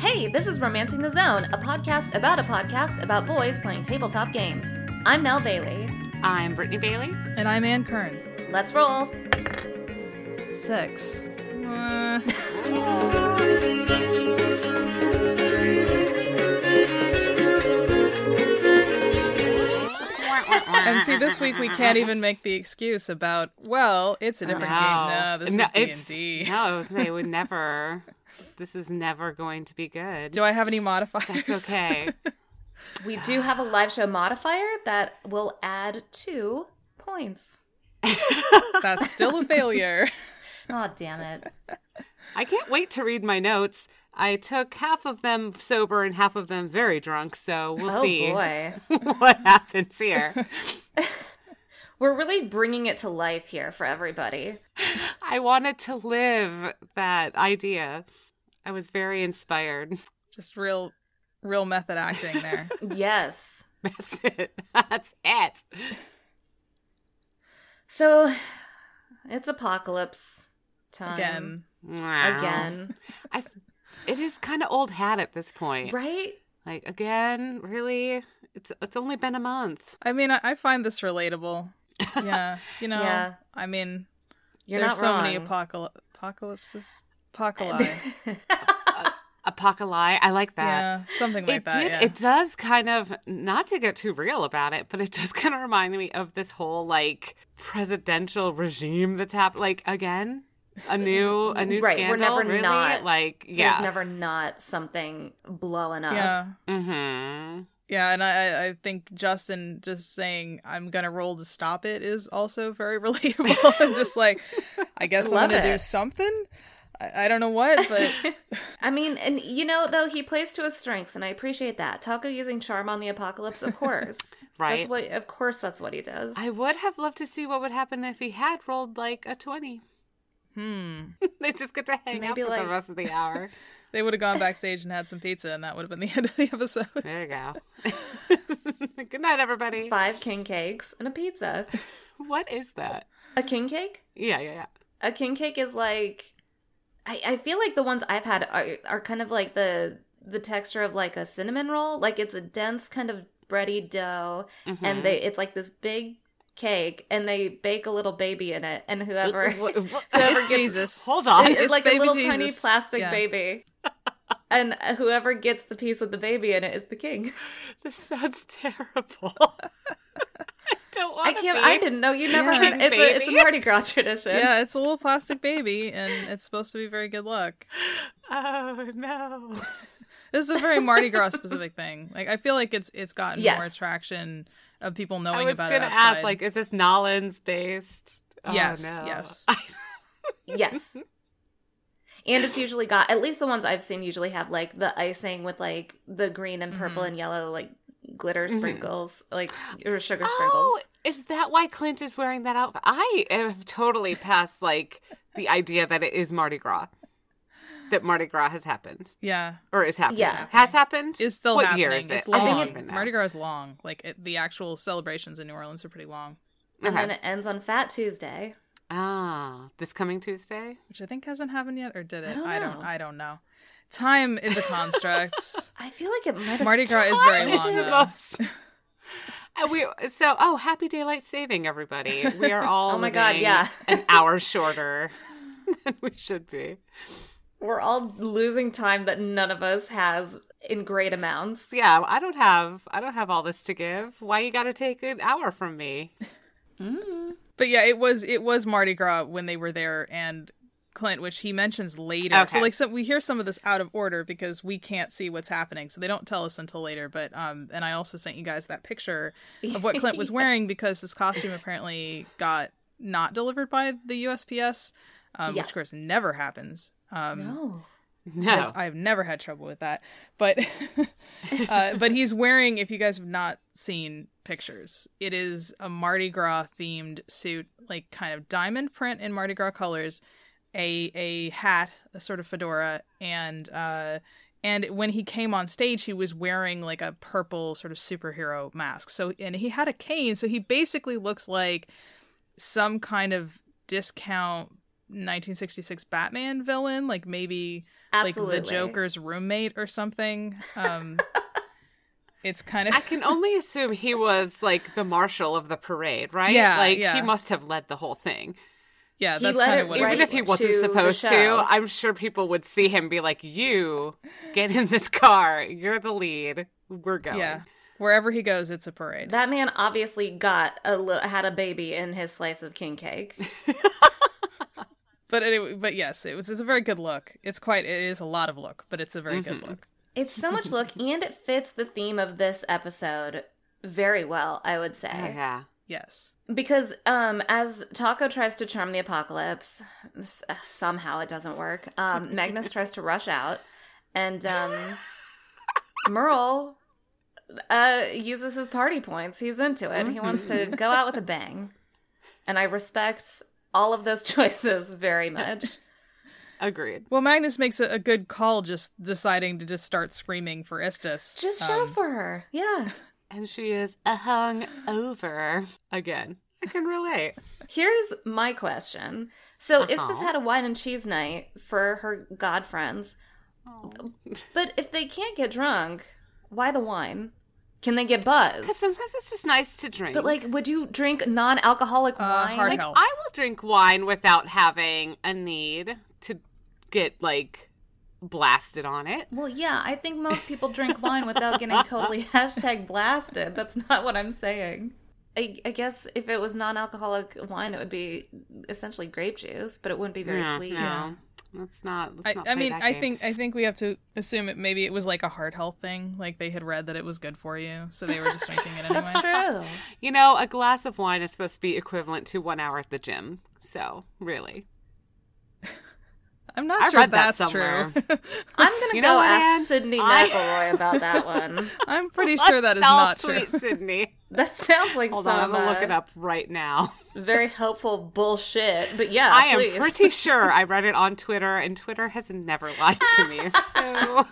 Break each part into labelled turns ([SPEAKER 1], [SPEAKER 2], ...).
[SPEAKER 1] Hey, this is Romancing the Zone, a podcast about a podcast about boys playing tabletop games. I'm Nell Bailey.
[SPEAKER 2] I'm Brittany Bailey.
[SPEAKER 3] And I'm Ann Kern.
[SPEAKER 1] Let's roll.
[SPEAKER 3] Six. Uh, and see, this week we can't even make the excuse about well, it's a different
[SPEAKER 2] No.
[SPEAKER 3] game. No, this
[SPEAKER 2] No,
[SPEAKER 3] is
[SPEAKER 2] it's-
[SPEAKER 3] D and D.
[SPEAKER 2] No, they would never. This is never going to be good.
[SPEAKER 3] Do I have any modifiers?
[SPEAKER 2] it's okay.
[SPEAKER 1] We do have a live show modifier that will add two points.
[SPEAKER 3] That's still a failure.
[SPEAKER 1] Oh, damn it.
[SPEAKER 2] I can't wait to read my notes. I took half of them sober and half of them very drunk, so we'll
[SPEAKER 1] Oh,
[SPEAKER 2] see
[SPEAKER 1] boy.
[SPEAKER 2] what happens here.
[SPEAKER 1] We're really bringing it to life here for everybody.
[SPEAKER 2] I wanted to live that idea. I was very inspired.
[SPEAKER 3] Just real, real method acting there.
[SPEAKER 1] Yes.
[SPEAKER 2] That's it. That's it.
[SPEAKER 1] So, it's apocalypse time.
[SPEAKER 3] Again,
[SPEAKER 2] Wow.
[SPEAKER 1] Again.
[SPEAKER 2] I, it is kind of old hat at this point.
[SPEAKER 1] Right?
[SPEAKER 2] Like again, really? It's it's only been a month.
[SPEAKER 3] I mean, I, I find this relatable. Yeah, you know.
[SPEAKER 1] Yeah.
[SPEAKER 3] I mean,
[SPEAKER 1] You're
[SPEAKER 3] there's
[SPEAKER 1] not
[SPEAKER 3] so
[SPEAKER 1] wrong.
[SPEAKER 3] many apocalypse apocalypses. Apocalypse.
[SPEAKER 2] Apocalypse. I like that.
[SPEAKER 3] yeah, something like
[SPEAKER 2] it
[SPEAKER 3] that.
[SPEAKER 2] did.
[SPEAKER 3] yeah.
[SPEAKER 2] It does kind of not to get too real about it, but it does kind of remind me of this whole like presidential regime that's happened. Like again, a new a new
[SPEAKER 1] Right, we're
[SPEAKER 2] scandal.
[SPEAKER 1] never
[SPEAKER 2] really?
[SPEAKER 1] not-
[SPEAKER 2] Like
[SPEAKER 1] There's
[SPEAKER 2] yeah.
[SPEAKER 1] never not something blowing up.
[SPEAKER 3] yeah.
[SPEAKER 2] mm-hmm.
[SPEAKER 3] Yeah, and I, I- I think Justin just saying I'm gonna roll to stop it is also very relatable. and just like, I guess I'm
[SPEAKER 1] Love
[SPEAKER 3] gonna do
[SPEAKER 1] it.
[SPEAKER 3] something. I, I don't know what, but
[SPEAKER 1] I mean, and you know, though he plays to his strengths, and I appreciate that. Taco using charm on the apocalypse, of course. That's
[SPEAKER 2] Right.
[SPEAKER 1] what, of course, that's what he does.
[SPEAKER 2] I would have loved to see what would happen if he had rolled like a twenty.
[SPEAKER 3] hmm,
[SPEAKER 2] they just get to hang out
[SPEAKER 1] Maybe,
[SPEAKER 2] for
[SPEAKER 1] like-
[SPEAKER 2] the rest of the hour.
[SPEAKER 3] they would have gone backstage and had some pizza, and that would have been the end of the episode.
[SPEAKER 2] There you go. Good night, everybody.
[SPEAKER 1] Five king cakes and a pizza.
[SPEAKER 2] What is that?
[SPEAKER 1] A king cake?
[SPEAKER 2] Yeah, yeah, yeah.
[SPEAKER 1] A king cake is like, I, I feel like the ones I've had are, are kind of like the the texture of like a cinnamon roll. Like it's a dense kind of bready dough,
[SPEAKER 2] Mhm.
[SPEAKER 1] and they it's like this big cake, and they bake a little baby in it, and whoever
[SPEAKER 2] What- what-
[SPEAKER 3] It's
[SPEAKER 2] it's-
[SPEAKER 3] Jesus.
[SPEAKER 2] Hold on.
[SPEAKER 1] it's,
[SPEAKER 3] It's
[SPEAKER 1] like a
[SPEAKER 3] baby
[SPEAKER 1] little tiny
[SPEAKER 3] Jesus.
[SPEAKER 1] plastic
[SPEAKER 3] Yeah.
[SPEAKER 1] baby. and whoever gets the piece of the baby in it is the king.
[SPEAKER 2] This sounds terrible. I don't want
[SPEAKER 1] I
[SPEAKER 2] to
[SPEAKER 1] can't.
[SPEAKER 2] Be.
[SPEAKER 1] I didn't know. You never
[SPEAKER 3] Yeah.
[SPEAKER 1] heard.
[SPEAKER 2] King
[SPEAKER 1] It's a, it's
[SPEAKER 2] baby.
[SPEAKER 1] a Mardi Gras tradition.
[SPEAKER 3] Yeah, it's a little plastic baby, and it's supposed to be very good luck.
[SPEAKER 2] Oh no.
[SPEAKER 3] This is a very Mardi Gras specific thing. Like, I feel like it's it's gotten
[SPEAKER 1] Yes.
[SPEAKER 3] more traction of people
[SPEAKER 2] I
[SPEAKER 3] knowing
[SPEAKER 2] was
[SPEAKER 3] about
[SPEAKER 2] gonna
[SPEAKER 3] it outside.
[SPEAKER 2] ask, like, is this Nolans based? Oh,
[SPEAKER 3] yes,
[SPEAKER 2] no.
[SPEAKER 3] yes.
[SPEAKER 1] Yes. And it's usually got at least the ones I've seen usually have like the icing with like the green and purple
[SPEAKER 3] Mhm.
[SPEAKER 1] and yellow like glitter
[SPEAKER 3] Mm-hmm.
[SPEAKER 2] Mhm.
[SPEAKER 1] sprinkles like or sugar
[SPEAKER 2] Oh,
[SPEAKER 1] sprinkles.
[SPEAKER 2] is that why Clint is wearing that outfit? I have totally passed like the idea that it is Mardi Gras. That Mardi Gras has happened.
[SPEAKER 3] yeah.
[SPEAKER 2] or is happening.
[SPEAKER 1] Yeah.
[SPEAKER 2] Has happened.
[SPEAKER 3] is still
[SPEAKER 2] what
[SPEAKER 3] happening.
[SPEAKER 2] Year is
[SPEAKER 3] it's
[SPEAKER 2] it? I don't
[SPEAKER 3] long.
[SPEAKER 2] even know.
[SPEAKER 3] Mardi Gras is long. Like it, the actual celebrations in New Orleans are pretty long,
[SPEAKER 1] And
[SPEAKER 2] Okay.
[SPEAKER 1] then it ends on Fat Tuesday.
[SPEAKER 2] Ah, this coming Tuesday.
[SPEAKER 3] which I think hasn't happened yet, or did it?
[SPEAKER 1] I don't
[SPEAKER 3] I
[SPEAKER 1] know.
[SPEAKER 3] don't, I don't know. Time is a construct.
[SPEAKER 1] I feel like it might have
[SPEAKER 3] Mardi Gras is very
[SPEAKER 2] It's
[SPEAKER 3] long.
[SPEAKER 2] the
[SPEAKER 3] Though.
[SPEAKER 2] most- And we so oh happy daylight saving everybody. We are all
[SPEAKER 1] Oh my God,
[SPEAKER 2] living
[SPEAKER 1] yeah.
[SPEAKER 2] an hour shorter than we should be.
[SPEAKER 1] We're all losing time that none of us has in great amounts.
[SPEAKER 2] So yeah, I don't have I don't have all this to give. Why you got to take an hour from me?
[SPEAKER 3] But yeah, it was it was Mardi Gras when they were there and Clint, which he mentions later. So
[SPEAKER 2] Okay.
[SPEAKER 3] like some, we hear some of this out of order because we can't see what's happening, so they don't tell us until later. But um, and I also sent you guys that picture of what Clint was wearing because his costume apparently got not delivered by the USPS, um,
[SPEAKER 1] Yeah.
[SPEAKER 3] which of course never happens. Um,
[SPEAKER 1] No.
[SPEAKER 2] No,
[SPEAKER 3] That's- I've never had trouble with that. But uh, but he's wearing, if you guys have not seen pictures, it is a Mardi Gras themed suit, like kind of diamond print in Mardi Gras colors, a a hat, a sort of fedora, and uh and when he came on stage, he was wearing like a purple sort of superhero mask. So and he had a cane, so he basically looks like some kind of discount 1966 Batman villain, like maybe
[SPEAKER 1] Absolutely.
[SPEAKER 3] like the Joker's roommate or something. Um, it's kind of
[SPEAKER 2] I can only assume he was like the marshal of the parade, right?
[SPEAKER 3] Yeah,
[SPEAKER 2] like
[SPEAKER 3] yeah.
[SPEAKER 2] he must have led the whole thing.
[SPEAKER 3] yeah,
[SPEAKER 1] He
[SPEAKER 3] that's
[SPEAKER 1] let
[SPEAKER 3] kind
[SPEAKER 1] it
[SPEAKER 3] of what
[SPEAKER 2] Even
[SPEAKER 1] Right,
[SPEAKER 2] if he
[SPEAKER 1] to
[SPEAKER 2] wasn't
[SPEAKER 1] the
[SPEAKER 2] supposed to,
[SPEAKER 1] show.
[SPEAKER 2] I'm sure people would see him be like, "You get in this car. You're the lead. We're going."
[SPEAKER 3] yeah, wherever he goes, it's a parade.
[SPEAKER 1] That man obviously got a li- had a baby in his slice of king cake.
[SPEAKER 3] but anyway, but yes, it was. It's a very good look. It's quite. It is a lot of look, but it's a very good
[SPEAKER 2] Mhm.
[SPEAKER 3] look.
[SPEAKER 1] It's so much look, and it fits the theme of this episode very well, I would say.
[SPEAKER 2] Oh, yeah.
[SPEAKER 3] Yes.
[SPEAKER 1] Because um, as Taco tries to charm the apocalypse, s- uh, somehow it doesn't work. Um, Magnus tries to rush out, and um, Merle uh, uses his party points. He's into it. He wants to go out with a bang, and I respect all of those choices very much.
[SPEAKER 2] Agreed.
[SPEAKER 3] Well, Magnus makes a, a good call, just deciding to just start screaming for Istus.
[SPEAKER 1] Just
[SPEAKER 3] Um,
[SPEAKER 1] shout for her, yeah.
[SPEAKER 2] And she is a hung over again. I can relate.
[SPEAKER 1] Here's my question. So
[SPEAKER 2] Uh-huh.
[SPEAKER 1] Istis had a wine and cheese night for her god friends, but if they can't get drunk, why the wine? Can they get
[SPEAKER 2] Because
[SPEAKER 1] buzzed?
[SPEAKER 2] sometimes it's just nice to drink.
[SPEAKER 1] But like, would you drink non-alcoholic
[SPEAKER 3] Uh,
[SPEAKER 1] wine?
[SPEAKER 3] hard
[SPEAKER 1] Like,
[SPEAKER 3] help.
[SPEAKER 2] I will drink wine without having a need to get like blasted on it.
[SPEAKER 1] well, yeah, I think most people drink wine without getting totally hashtag blasted. That's not what I'm saying. I, I guess if it was non-alcoholic wine, it would be essentially grape juice, but it wouldn't be very
[SPEAKER 2] no,
[SPEAKER 1] sweet.
[SPEAKER 2] No, let's not. Let's
[SPEAKER 3] I,
[SPEAKER 2] not
[SPEAKER 3] I
[SPEAKER 2] play
[SPEAKER 3] mean,
[SPEAKER 2] that
[SPEAKER 3] I
[SPEAKER 2] game.
[SPEAKER 3] think I think we have to assume it. Maybe it was like a heart health thing. Like they had read that it was good for you, so they were just drinking it anyway.
[SPEAKER 1] That's true.
[SPEAKER 2] you know a glass of wine is supposed to be equivalent to one hour at the gym. So really,
[SPEAKER 3] I'm not
[SPEAKER 2] I
[SPEAKER 3] sure
[SPEAKER 2] read that
[SPEAKER 3] that's true.
[SPEAKER 1] I'm gonna
[SPEAKER 2] You
[SPEAKER 1] go
[SPEAKER 2] know what, Anne?
[SPEAKER 1] ask Sydney
[SPEAKER 2] I-
[SPEAKER 1] McElroy about that one.
[SPEAKER 3] I'm pretty sure that is not true.
[SPEAKER 2] sweet Sydney.
[SPEAKER 1] That sounds like
[SPEAKER 2] Hold on, I'm
[SPEAKER 1] some
[SPEAKER 2] gonna
[SPEAKER 1] uh,
[SPEAKER 2] look it up right now.
[SPEAKER 1] very helpful bullshit. But yeah,
[SPEAKER 2] I am
[SPEAKER 1] please.
[SPEAKER 2] pretty sure I read it on Twitter, and Twitter has never lied to me. So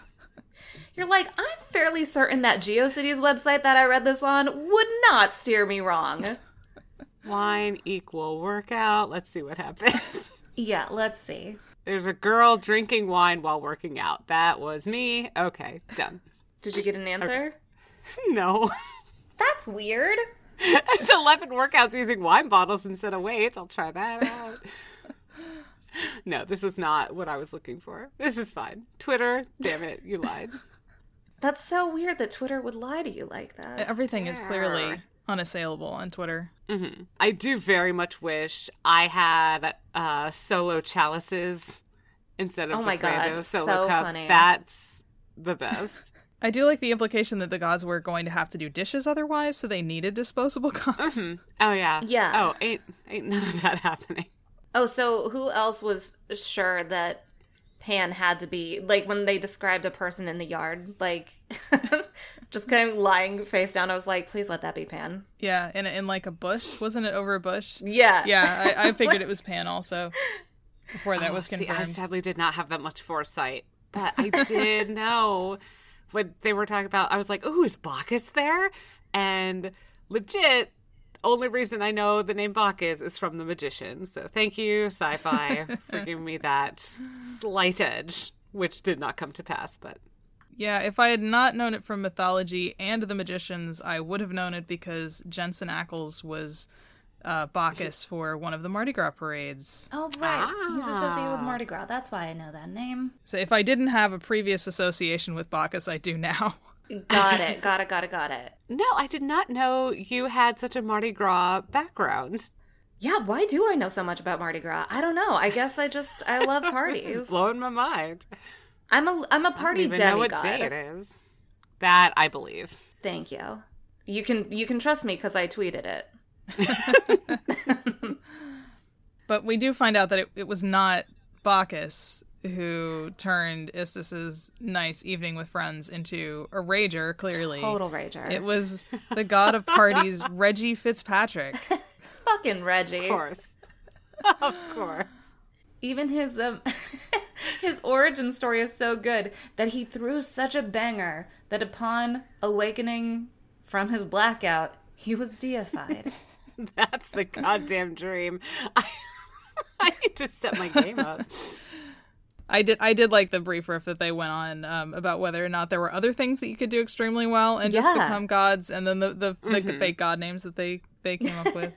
[SPEAKER 1] You're like, I'm fairly certain that GeoCities website that I read this on would not steer me wrong.
[SPEAKER 2] wine equal workout. Let's see what happens.
[SPEAKER 1] yeah, let's see.
[SPEAKER 2] There's a girl drinking wine while working out. That was me. Okay, done.
[SPEAKER 1] Did you get an answer?
[SPEAKER 2] No.
[SPEAKER 1] That's weird.
[SPEAKER 2] There's 11 workouts using wine bottles instead of weights. I'll try that out. No, this is not what I was looking for. This is fine. Twitter, damn it, you lied.
[SPEAKER 1] That's so weird that Twitter would lie to you like that.
[SPEAKER 3] Everything is clearly
[SPEAKER 2] Sure.
[SPEAKER 3] unassailable on Twitter.
[SPEAKER 2] hmm I do very much wish I had uh, solo chalices instead of
[SPEAKER 1] Oh
[SPEAKER 2] just
[SPEAKER 1] my God,
[SPEAKER 2] random solo
[SPEAKER 1] so
[SPEAKER 2] cups.
[SPEAKER 1] funny.
[SPEAKER 2] That's the best.
[SPEAKER 3] I do like the implication that the gods were going to have to do dishes otherwise, so they needed disposable cups.
[SPEAKER 2] Mhm. Oh yeah.
[SPEAKER 1] Yeah.
[SPEAKER 2] Oh, ain't ain't none of that happening.
[SPEAKER 1] Oh, so who else was sure that Pan had to be like when they described a person in the yard, like just kind of lying face down? I was like, please let that be Pan.
[SPEAKER 3] Yeah, in in like a bush, wasn't it over a bush?
[SPEAKER 1] Yeah,
[SPEAKER 3] Yeah, I, I figured it was Pan also. Before that was
[SPEAKER 2] Oh, see,
[SPEAKER 3] confirmed.
[SPEAKER 2] I sadly did not have that much foresight, but I did know when they were talking about. I was like, "Oh, is Bacchus there?" And legit, only reason I know the name Bacchus is from The Magician. So thank you, sci-fi, for giving me that slight edge, which did not come to pass. But
[SPEAKER 3] Yeah, if I had not known it from mythology and the magicians, I would have known it because Jensen Ackles was uh, Bacchus for one of the Mardi Gras parades.
[SPEAKER 1] Oh right, he's associated with
[SPEAKER 2] Ah.
[SPEAKER 1] Mardi Gras. That's why I know that name.
[SPEAKER 3] So if I didn't have a previous association with Bacchus, I do now.
[SPEAKER 1] Got it. Got it. Got it. Got it.
[SPEAKER 2] no, I did not know you had such a Mardi Gras background.
[SPEAKER 1] Yeah. Why do I know so much about Mardi Gras? I don't know. I guess I just I love parties.
[SPEAKER 2] Blowing my mind.
[SPEAKER 1] I'm a I'm a party
[SPEAKER 2] even know what day it
[SPEAKER 1] demigod.
[SPEAKER 2] is. That I believe.
[SPEAKER 1] Thank you. You can you can trust me because I tweeted it.
[SPEAKER 3] But we do find out that it, it was not Bacchus who turned Istis's nice evening with friends into a rager, clearly.
[SPEAKER 1] Total rager.
[SPEAKER 3] It was the god of parties, Reggie Fitzpatrick.
[SPEAKER 1] fucking Reggie.
[SPEAKER 2] Of course. of course.
[SPEAKER 1] Even his um his origin story is so good that he threw such a banger that upon awakening from his blackout, he was deified.
[SPEAKER 2] That's the goddamn dream. I, I need to step my game up.
[SPEAKER 3] I did I did like the brief riff that they went on um, about whether or not there were other things that you could do extremely well and just
[SPEAKER 1] Yeah. Mm-hmm.
[SPEAKER 3] become gods, and then the the, the fake god names that they they came up with.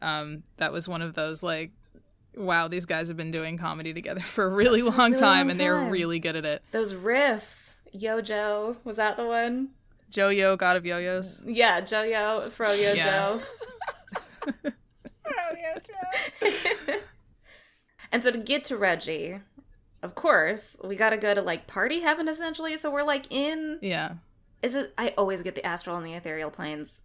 [SPEAKER 3] um, that was one of those like, wow, these guys have been doing comedy together for a really long time,
[SPEAKER 1] long
[SPEAKER 3] and they're
[SPEAKER 1] time.
[SPEAKER 3] really good at it.
[SPEAKER 1] Those riffs. Yo-Jo, was that the one?
[SPEAKER 3] Yo-Yo, God of Yo-Yos.
[SPEAKER 1] Yeah, Jojo, Fro Yo
[SPEAKER 3] Yeah.
[SPEAKER 1] Jo. And so to get to Reggie, of course, we gotta go to like party heaven essentially. So we're like in
[SPEAKER 3] Yeah,
[SPEAKER 1] is it I always get the astral and the ethereal planes.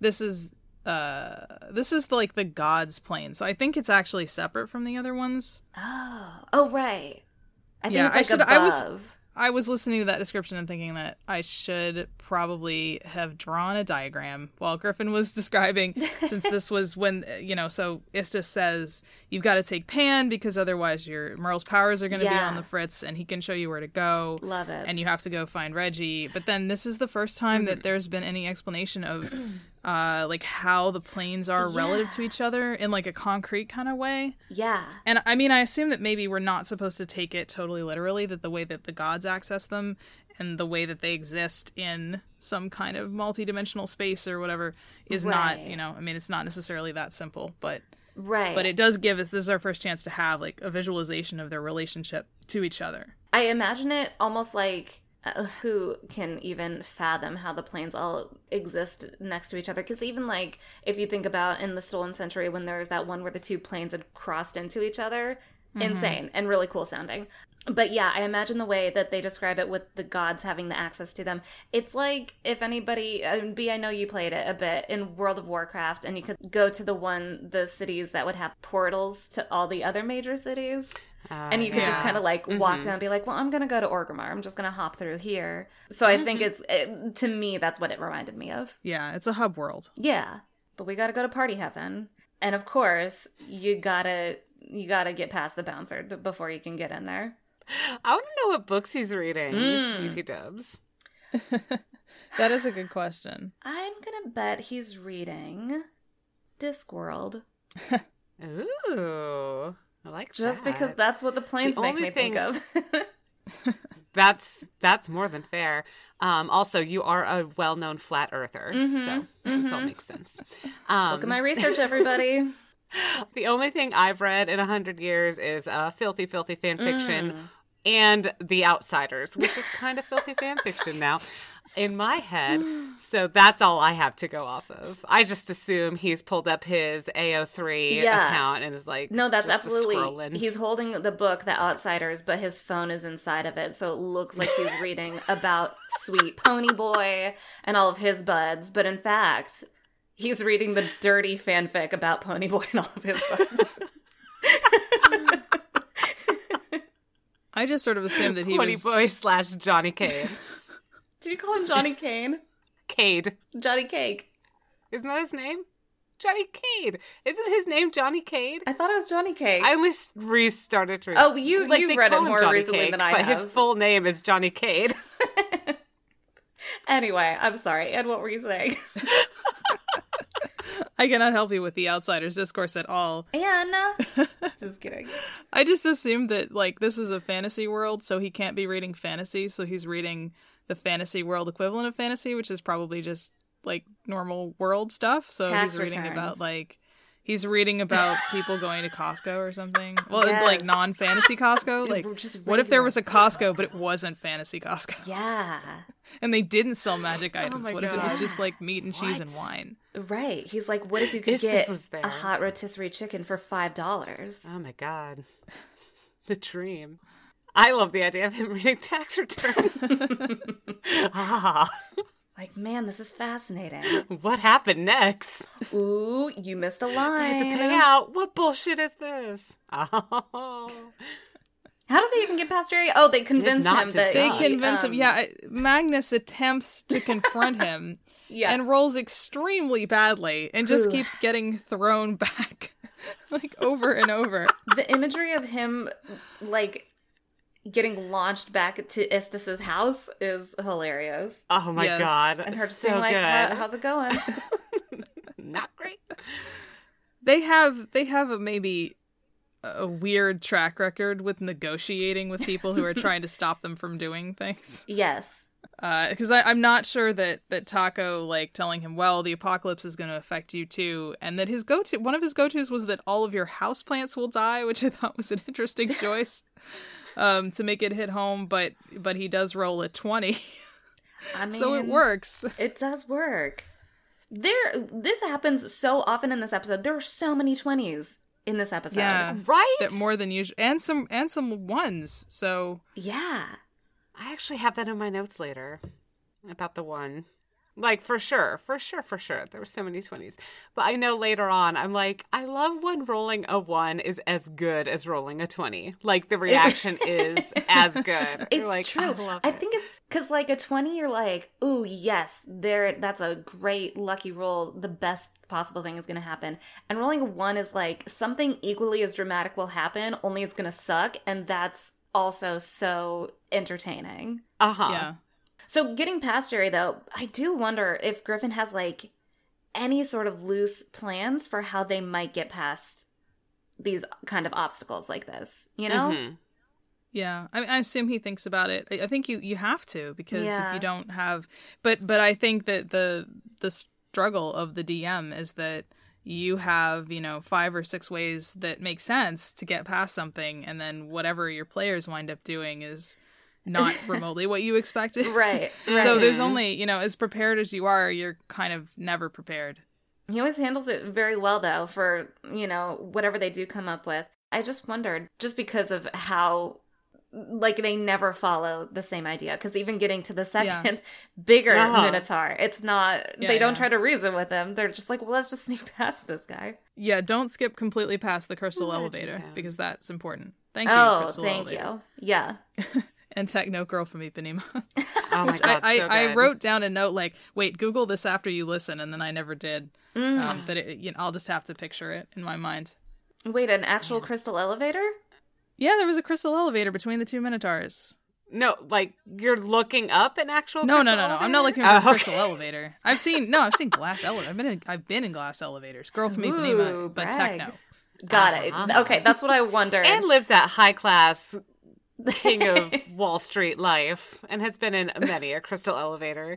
[SPEAKER 3] this is uh this is like the gods plane, so I think it's actually separate from the other ones.
[SPEAKER 1] Oh. Oh right. I think
[SPEAKER 3] Yeah,
[SPEAKER 1] it's
[SPEAKER 3] I
[SPEAKER 1] like
[SPEAKER 3] should-
[SPEAKER 1] above.
[SPEAKER 3] I was- I was listening to that description and thinking that I should probably have drawn a diagram while Griffin was describing, since this was when, uh, you know, so Istus says, you've got to take Pan because otherwise your Merle's powers are going to be
[SPEAKER 1] Yeah.
[SPEAKER 3] on the fritz and he can show you where to go
[SPEAKER 1] Love it.
[SPEAKER 3] and you have to go find Reggie. But then this is the first time that there's been any explanation of uh, like how the planes are relative to each other in like a concrete kind of way.
[SPEAKER 1] yeah.
[SPEAKER 3] And I mean, I assume that maybe we're not supposed to take it totally literally that the way that the gods access them and the way that they exist in some kind of multidimensional space or whatever is not,
[SPEAKER 1] Right.
[SPEAKER 3] you know, I mean, it's not necessarily that simple, but
[SPEAKER 1] Right.
[SPEAKER 3] but it does give us this is our first chance to have like a visualization of their relationship to each other.
[SPEAKER 1] I imagine it almost like uh, who can even fathom how the planes all exist next to each other? Because even like if you think about in the Stolen Century when there was that one where the two planes had crossed into each other, insane and really cool sounding. But yeah, I imagine the way that they describe it with the gods having the access to them. It's like if anybody, and B, I know you played it a bit in World of Warcraft, and you could go to the one, the cities that would have portals to all the other major cities and you could just
[SPEAKER 3] yeah.
[SPEAKER 1] kind of like walk down and be like, "Well, I'm gonna go to Orgrimmar. I'm just gonna hop through here." So I think
[SPEAKER 2] Mm-hmm.
[SPEAKER 1] it's it, to me that's what it reminded me of.
[SPEAKER 3] Yeah, it's a hub world.
[SPEAKER 1] Yeah, but we gotta go to party heaven, and of course you gotta you gotta get past the bouncer t- before you can get in there.
[SPEAKER 2] I want to know what books he's reading,
[SPEAKER 1] Mm.
[SPEAKER 2] Beefy Dubs.
[SPEAKER 3] That is a good question.
[SPEAKER 1] I'm gonna bet he's reading Discworld
[SPEAKER 2] Ooh, I like
[SPEAKER 1] just
[SPEAKER 2] that.
[SPEAKER 1] because that's what the planes
[SPEAKER 2] The
[SPEAKER 1] make
[SPEAKER 2] only
[SPEAKER 1] me think
[SPEAKER 2] thing-
[SPEAKER 1] of.
[SPEAKER 2] that's that's more than fair. Um, also, you are a well-known flat earther, so this all makes sense. Um,
[SPEAKER 1] Mm-hmm. Look at my research, everybody.
[SPEAKER 2] The only thing I've read in a hundred years is uh, filthy, filthy fan fiction
[SPEAKER 1] Mm.
[SPEAKER 2] and The Outsiders, which is kind of filthy fan fiction now in my head. So that's all I have to go off of. I just assume he's pulled up his AO3
[SPEAKER 1] Yeah.
[SPEAKER 2] account and is like,
[SPEAKER 1] No, that's
[SPEAKER 2] just
[SPEAKER 1] absolutely.
[SPEAKER 2] scrolling.
[SPEAKER 1] He's holding the book, The Outsiders, but his phone is inside of it, so it looks like he's reading about Sweet Pony Boy and all of his buds. But in fact, he's reading the dirty fanfic about Pony Boy and all of his buds.
[SPEAKER 3] I just sort of assumed that he
[SPEAKER 2] Pony
[SPEAKER 3] was
[SPEAKER 2] Boy slash Johnny Cade.
[SPEAKER 1] Did you call him Johnny Kane?
[SPEAKER 2] Cade.
[SPEAKER 1] Johnny Cake.
[SPEAKER 2] Isn't that his name? Johnny Cade. Isn't his name Johnny Cade?
[SPEAKER 1] I thought it was Johnny Cake.
[SPEAKER 2] I only s- restarted to read.
[SPEAKER 1] Oh, you-
[SPEAKER 2] like,
[SPEAKER 1] you've
[SPEAKER 2] they
[SPEAKER 1] read it
[SPEAKER 2] call him
[SPEAKER 1] more
[SPEAKER 2] Johnny
[SPEAKER 1] recently
[SPEAKER 2] Cake,
[SPEAKER 1] than I
[SPEAKER 2] but
[SPEAKER 1] have.
[SPEAKER 2] his full name is Johnny Cade.
[SPEAKER 1] Anyway, I'm sorry. Ed, what were you saying?
[SPEAKER 3] I cannot help you with the outsiders discourse at all.
[SPEAKER 1] Anna. Just kidding.
[SPEAKER 3] I just assumed that like this is a fantasy world, so he can't be reading fantasy, so he's reading the fantasy world equivalent of fantasy, which is probably just like normal world stuff. So
[SPEAKER 1] Tax
[SPEAKER 3] he's reading about
[SPEAKER 1] returns.
[SPEAKER 3] like he's reading about people going to Costco or something. Well, it's, like
[SPEAKER 1] Yes.
[SPEAKER 3] non fantasy Costco. Like
[SPEAKER 1] Just
[SPEAKER 3] what if there
[SPEAKER 1] regular
[SPEAKER 3] was a Costco but it wasn't fantasy Costco
[SPEAKER 1] Yeah.
[SPEAKER 3] and they didn't sell magic items?
[SPEAKER 2] my
[SPEAKER 3] what if it was
[SPEAKER 1] Oh God.
[SPEAKER 3] just like meat and cheese and
[SPEAKER 2] What?
[SPEAKER 3] wine?
[SPEAKER 1] Right. He's like, what if you could
[SPEAKER 2] Istus
[SPEAKER 1] get
[SPEAKER 2] was there.
[SPEAKER 1] a hot rotisserie chicken for five dollars?
[SPEAKER 2] Oh my god. The dream. I love the idea of him reading tax returns. ah,
[SPEAKER 1] Like, man, this is fascinating.
[SPEAKER 2] what happened next?
[SPEAKER 1] Ooh, you missed a
[SPEAKER 2] I
[SPEAKER 1] line.
[SPEAKER 2] had to pay out. What bullshit is this? Oh.
[SPEAKER 1] How did they even get past Jerry? Oh, they convinced
[SPEAKER 2] not
[SPEAKER 1] him
[SPEAKER 2] to
[SPEAKER 1] that
[SPEAKER 3] They
[SPEAKER 2] Right.
[SPEAKER 3] convince
[SPEAKER 1] um,
[SPEAKER 3] him. Yeah, I- Magnus attempts to confront him.
[SPEAKER 1] yeah.
[SPEAKER 3] and rolls extremely badly and just
[SPEAKER 1] Whew.
[SPEAKER 3] keeps getting thrown back like over and over.
[SPEAKER 1] the imagery of him like getting launched back to Istis's house is hilarious.
[SPEAKER 2] Oh my
[SPEAKER 3] Yes.
[SPEAKER 2] god.
[SPEAKER 1] And her just
[SPEAKER 2] so
[SPEAKER 1] being like,
[SPEAKER 2] good.
[SPEAKER 1] "How- "How's it going?"
[SPEAKER 2] Not great.
[SPEAKER 3] They have they have a maybe a weird track record with negotiating with people who are trying to stop them from doing things.
[SPEAKER 1] Yes.
[SPEAKER 3] Because I I'm not sure that that Taco like telling him, well, the apocalypse is going to affect you too, and that his go to one of his go tos was that all of your house plants will die, which I thought was an interesting choice um, to make it hit home. But but he does roll a twenty,
[SPEAKER 1] I mean,
[SPEAKER 3] so it works.
[SPEAKER 1] It does work. There, this happens so often in this episode. There are so many twenties in this episode.
[SPEAKER 3] Yeah.
[SPEAKER 2] Right?
[SPEAKER 3] That more than usual, and some and some ones. So
[SPEAKER 1] Yeah.
[SPEAKER 2] I actually have that in my notes later about the one. Like for sure, for sure, for sure. There were so many 20s. But I know later on, I'm like, I love when rolling a one is as good as rolling a 20. Like the reaction is as good.
[SPEAKER 1] It's
[SPEAKER 2] You're like,
[SPEAKER 1] true.
[SPEAKER 2] I love it.
[SPEAKER 1] think it's because, like, a 20, you're like, ooh, yes, there, that's a great lucky roll. The best possible thing is going to happen. And rolling a one is like something equally as dramatic will happen, only it's going to suck. And that's also so entertaining.
[SPEAKER 2] Uh huh.
[SPEAKER 3] yeah,
[SPEAKER 1] So, getting past Jerry, though, I do wonder if Griffin has, like, any sort of loose plans for how they might get past these kind of obstacles like this, you know?
[SPEAKER 2] Mm-hmm.
[SPEAKER 3] yeah. I, I assume he thinks about it. I, I think you you have to because
[SPEAKER 1] Yeah.
[SPEAKER 3] if you don't have, but but I think that the the struggle of the DM is that you have you know five or six ways that make sense to get past something, and then whatever your players wind up doing is not remotely what you expected.
[SPEAKER 1] Right.
[SPEAKER 3] So
[SPEAKER 1] right.
[SPEAKER 3] there's only you know as prepared as you are, you're kind of never prepared.
[SPEAKER 1] He always handles it very well, though, for, you know, whatever they do come up with. I just wondered, just because of how, like, they never follow the same idea. Because even getting to the second bigger
[SPEAKER 2] Uh-huh.
[SPEAKER 1] Minotaur, it's not,
[SPEAKER 3] Yeah,
[SPEAKER 1] they don't
[SPEAKER 3] yeah.
[SPEAKER 1] try to reason with him. They're just like, well, let's just sneak past this guy.
[SPEAKER 3] Yeah, don't skip completely past the crystal
[SPEAKER 2] Imagine
[SPEAKER 3] elevator
[SPEAKER 2] town.
[SPEAKER 3] because that's important. Thank you,
[SPEAKER 1] oh,
[SPEAKER 3] crystal
[SPEAKER 1] thank
[SPEAKER 3] elevator.
[SPEAKER 1] you. Yeah.
[SPEAKER 3] And techno girl from Ipanema.
[SPEAKER 2] Oh my
[SPEAKER 3] Which
[SPEAKER 2] God.
[SPEAKER 3] I, I,
[SPEAKER 2] so
[SPEAKER 3] I
[SPEAKER 2] good.
[SPEAKER 3] wrote down a note like, wait, Google this after you listen, and then I never did.
[SPEAKER 1] Mm.
[SPEAKER 3] Um, but it, you know, I'll just have to picture it in my mind.
[SPEAKER 1] Wait, an actual crystal elevator?
[SPEAKER 3] Yeah, there was a crystal elevator between the two minotaurs.
[SPEAKER 2] No, like you're looking up an actual.
[SPEAKER 3] No, no,
[SPEAKER 2] Oh, crystal
[SPEAKER 3] no, no. I'm
[SPEAKER 2] elevator?
[SPEAKER 3] not looking for a
[SPEAKER 2] Oh,
[SPEAKER 3] crystal elevator. I've seen no, I've seen glass elevator. I've been in, I've been in glass elevators. Girl from Ipanema,
[SPEAKER 1] Ooh,
[SPEAKER 3] but
[SPEAKER 1] brag.
[SPEAKER 3] techno.
[SPEAKER 1] Got it.
[SPEAKER 2] Uh-huh.
[SPEAKER 1] Okay, that's what I wondered.
[SPEAKER 2] and lives that high class king of Wall Street life and has been in many a crystal elevator.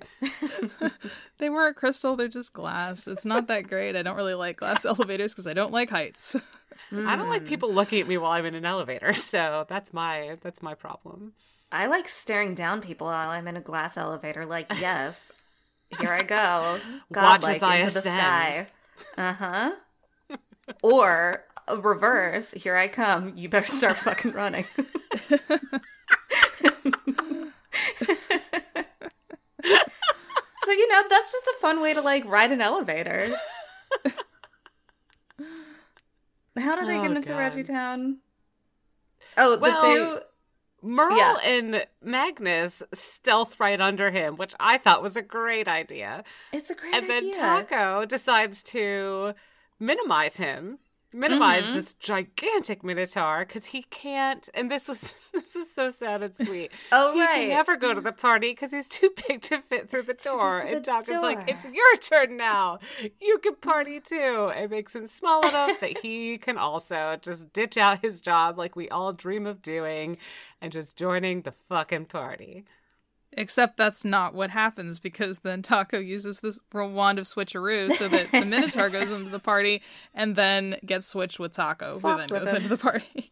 [SPEAKER 3] They weren't crystal. They're just glass. It's not that great. I don't really like glass elevators because I don't like heights.
[SPEAKER 2] I don't like
[SPEAKER 1] Mm.
[SPEAKER 2] people looking at me while I'm in an elevator, so that's my that's my problem.
[SPEAKER 1] I like staring down people while I'm in a glass elevator. Like, yes, here I go,
[SPEAKER 2] Watch
[SPEAKER 1] godlike
[SPEAKER 2] as I
[SPEAKER 1] into the sky.
[SPEAKER 2] ascend.
[SPEAKER 1] Uh huh. Or uh, reverse, here I come. You better start fucking running. so you know that's just a fun way to like ride an elevator. How do they
[SPEAKER 2] Oh,
[SPEAKER 1] get into
[SPEAKER 2] God.
[SPEAKER 1] Reggie Town? Oh,
[SPEAKER 2] Well,
[SPEAKER 1] the two.
[SPEAKER 2] Merle
[SPEAKER 1] Yeah.
[SPEAKER 2] and Magnus stealth right under him, which I thought was a great idea.
[SPEAKER 1] It's a great
[SPEAKER 2] and then
[SPEAKER 1] idea.
[SPEAKER 2] Taco decides to minimize him, minimize
[SPEAKER 1] Mhm.
[SPEAKER 2] this gigantic minotaur because he can't. And this was this was so sad and sweet.
[SPEAKER 1] Oh
[SPEAKER 2] he
[SPEAKER 1] right.
[SPEAKER 2] can never go to the party because he's too big to fit through the door.
[SPEAKER 1] through
[SPEAKER 2] and
[SPEAKER 1] the
[SPEAKER 2] Doc is
[SPEAKER 1] door.
[SPEAKER 2] like, "It's your turn now. You can party too." It makes him small enough that he can also just ditch out his job, like we all dream of doing, and just joining the fucking party.
[SPEAKER 3] Except that's not what happens because then Taco uses this wand of switcheroo so that the Minotaur goes into the party and then gets switched with Taco,
[SPEAKER 1] Swaps
[SPEAKER 3] who then
[SPEAKER 1] with
[SPEAKER 3] goes
[SPEAKER 1] him.
[SPEAKER 3] into the party.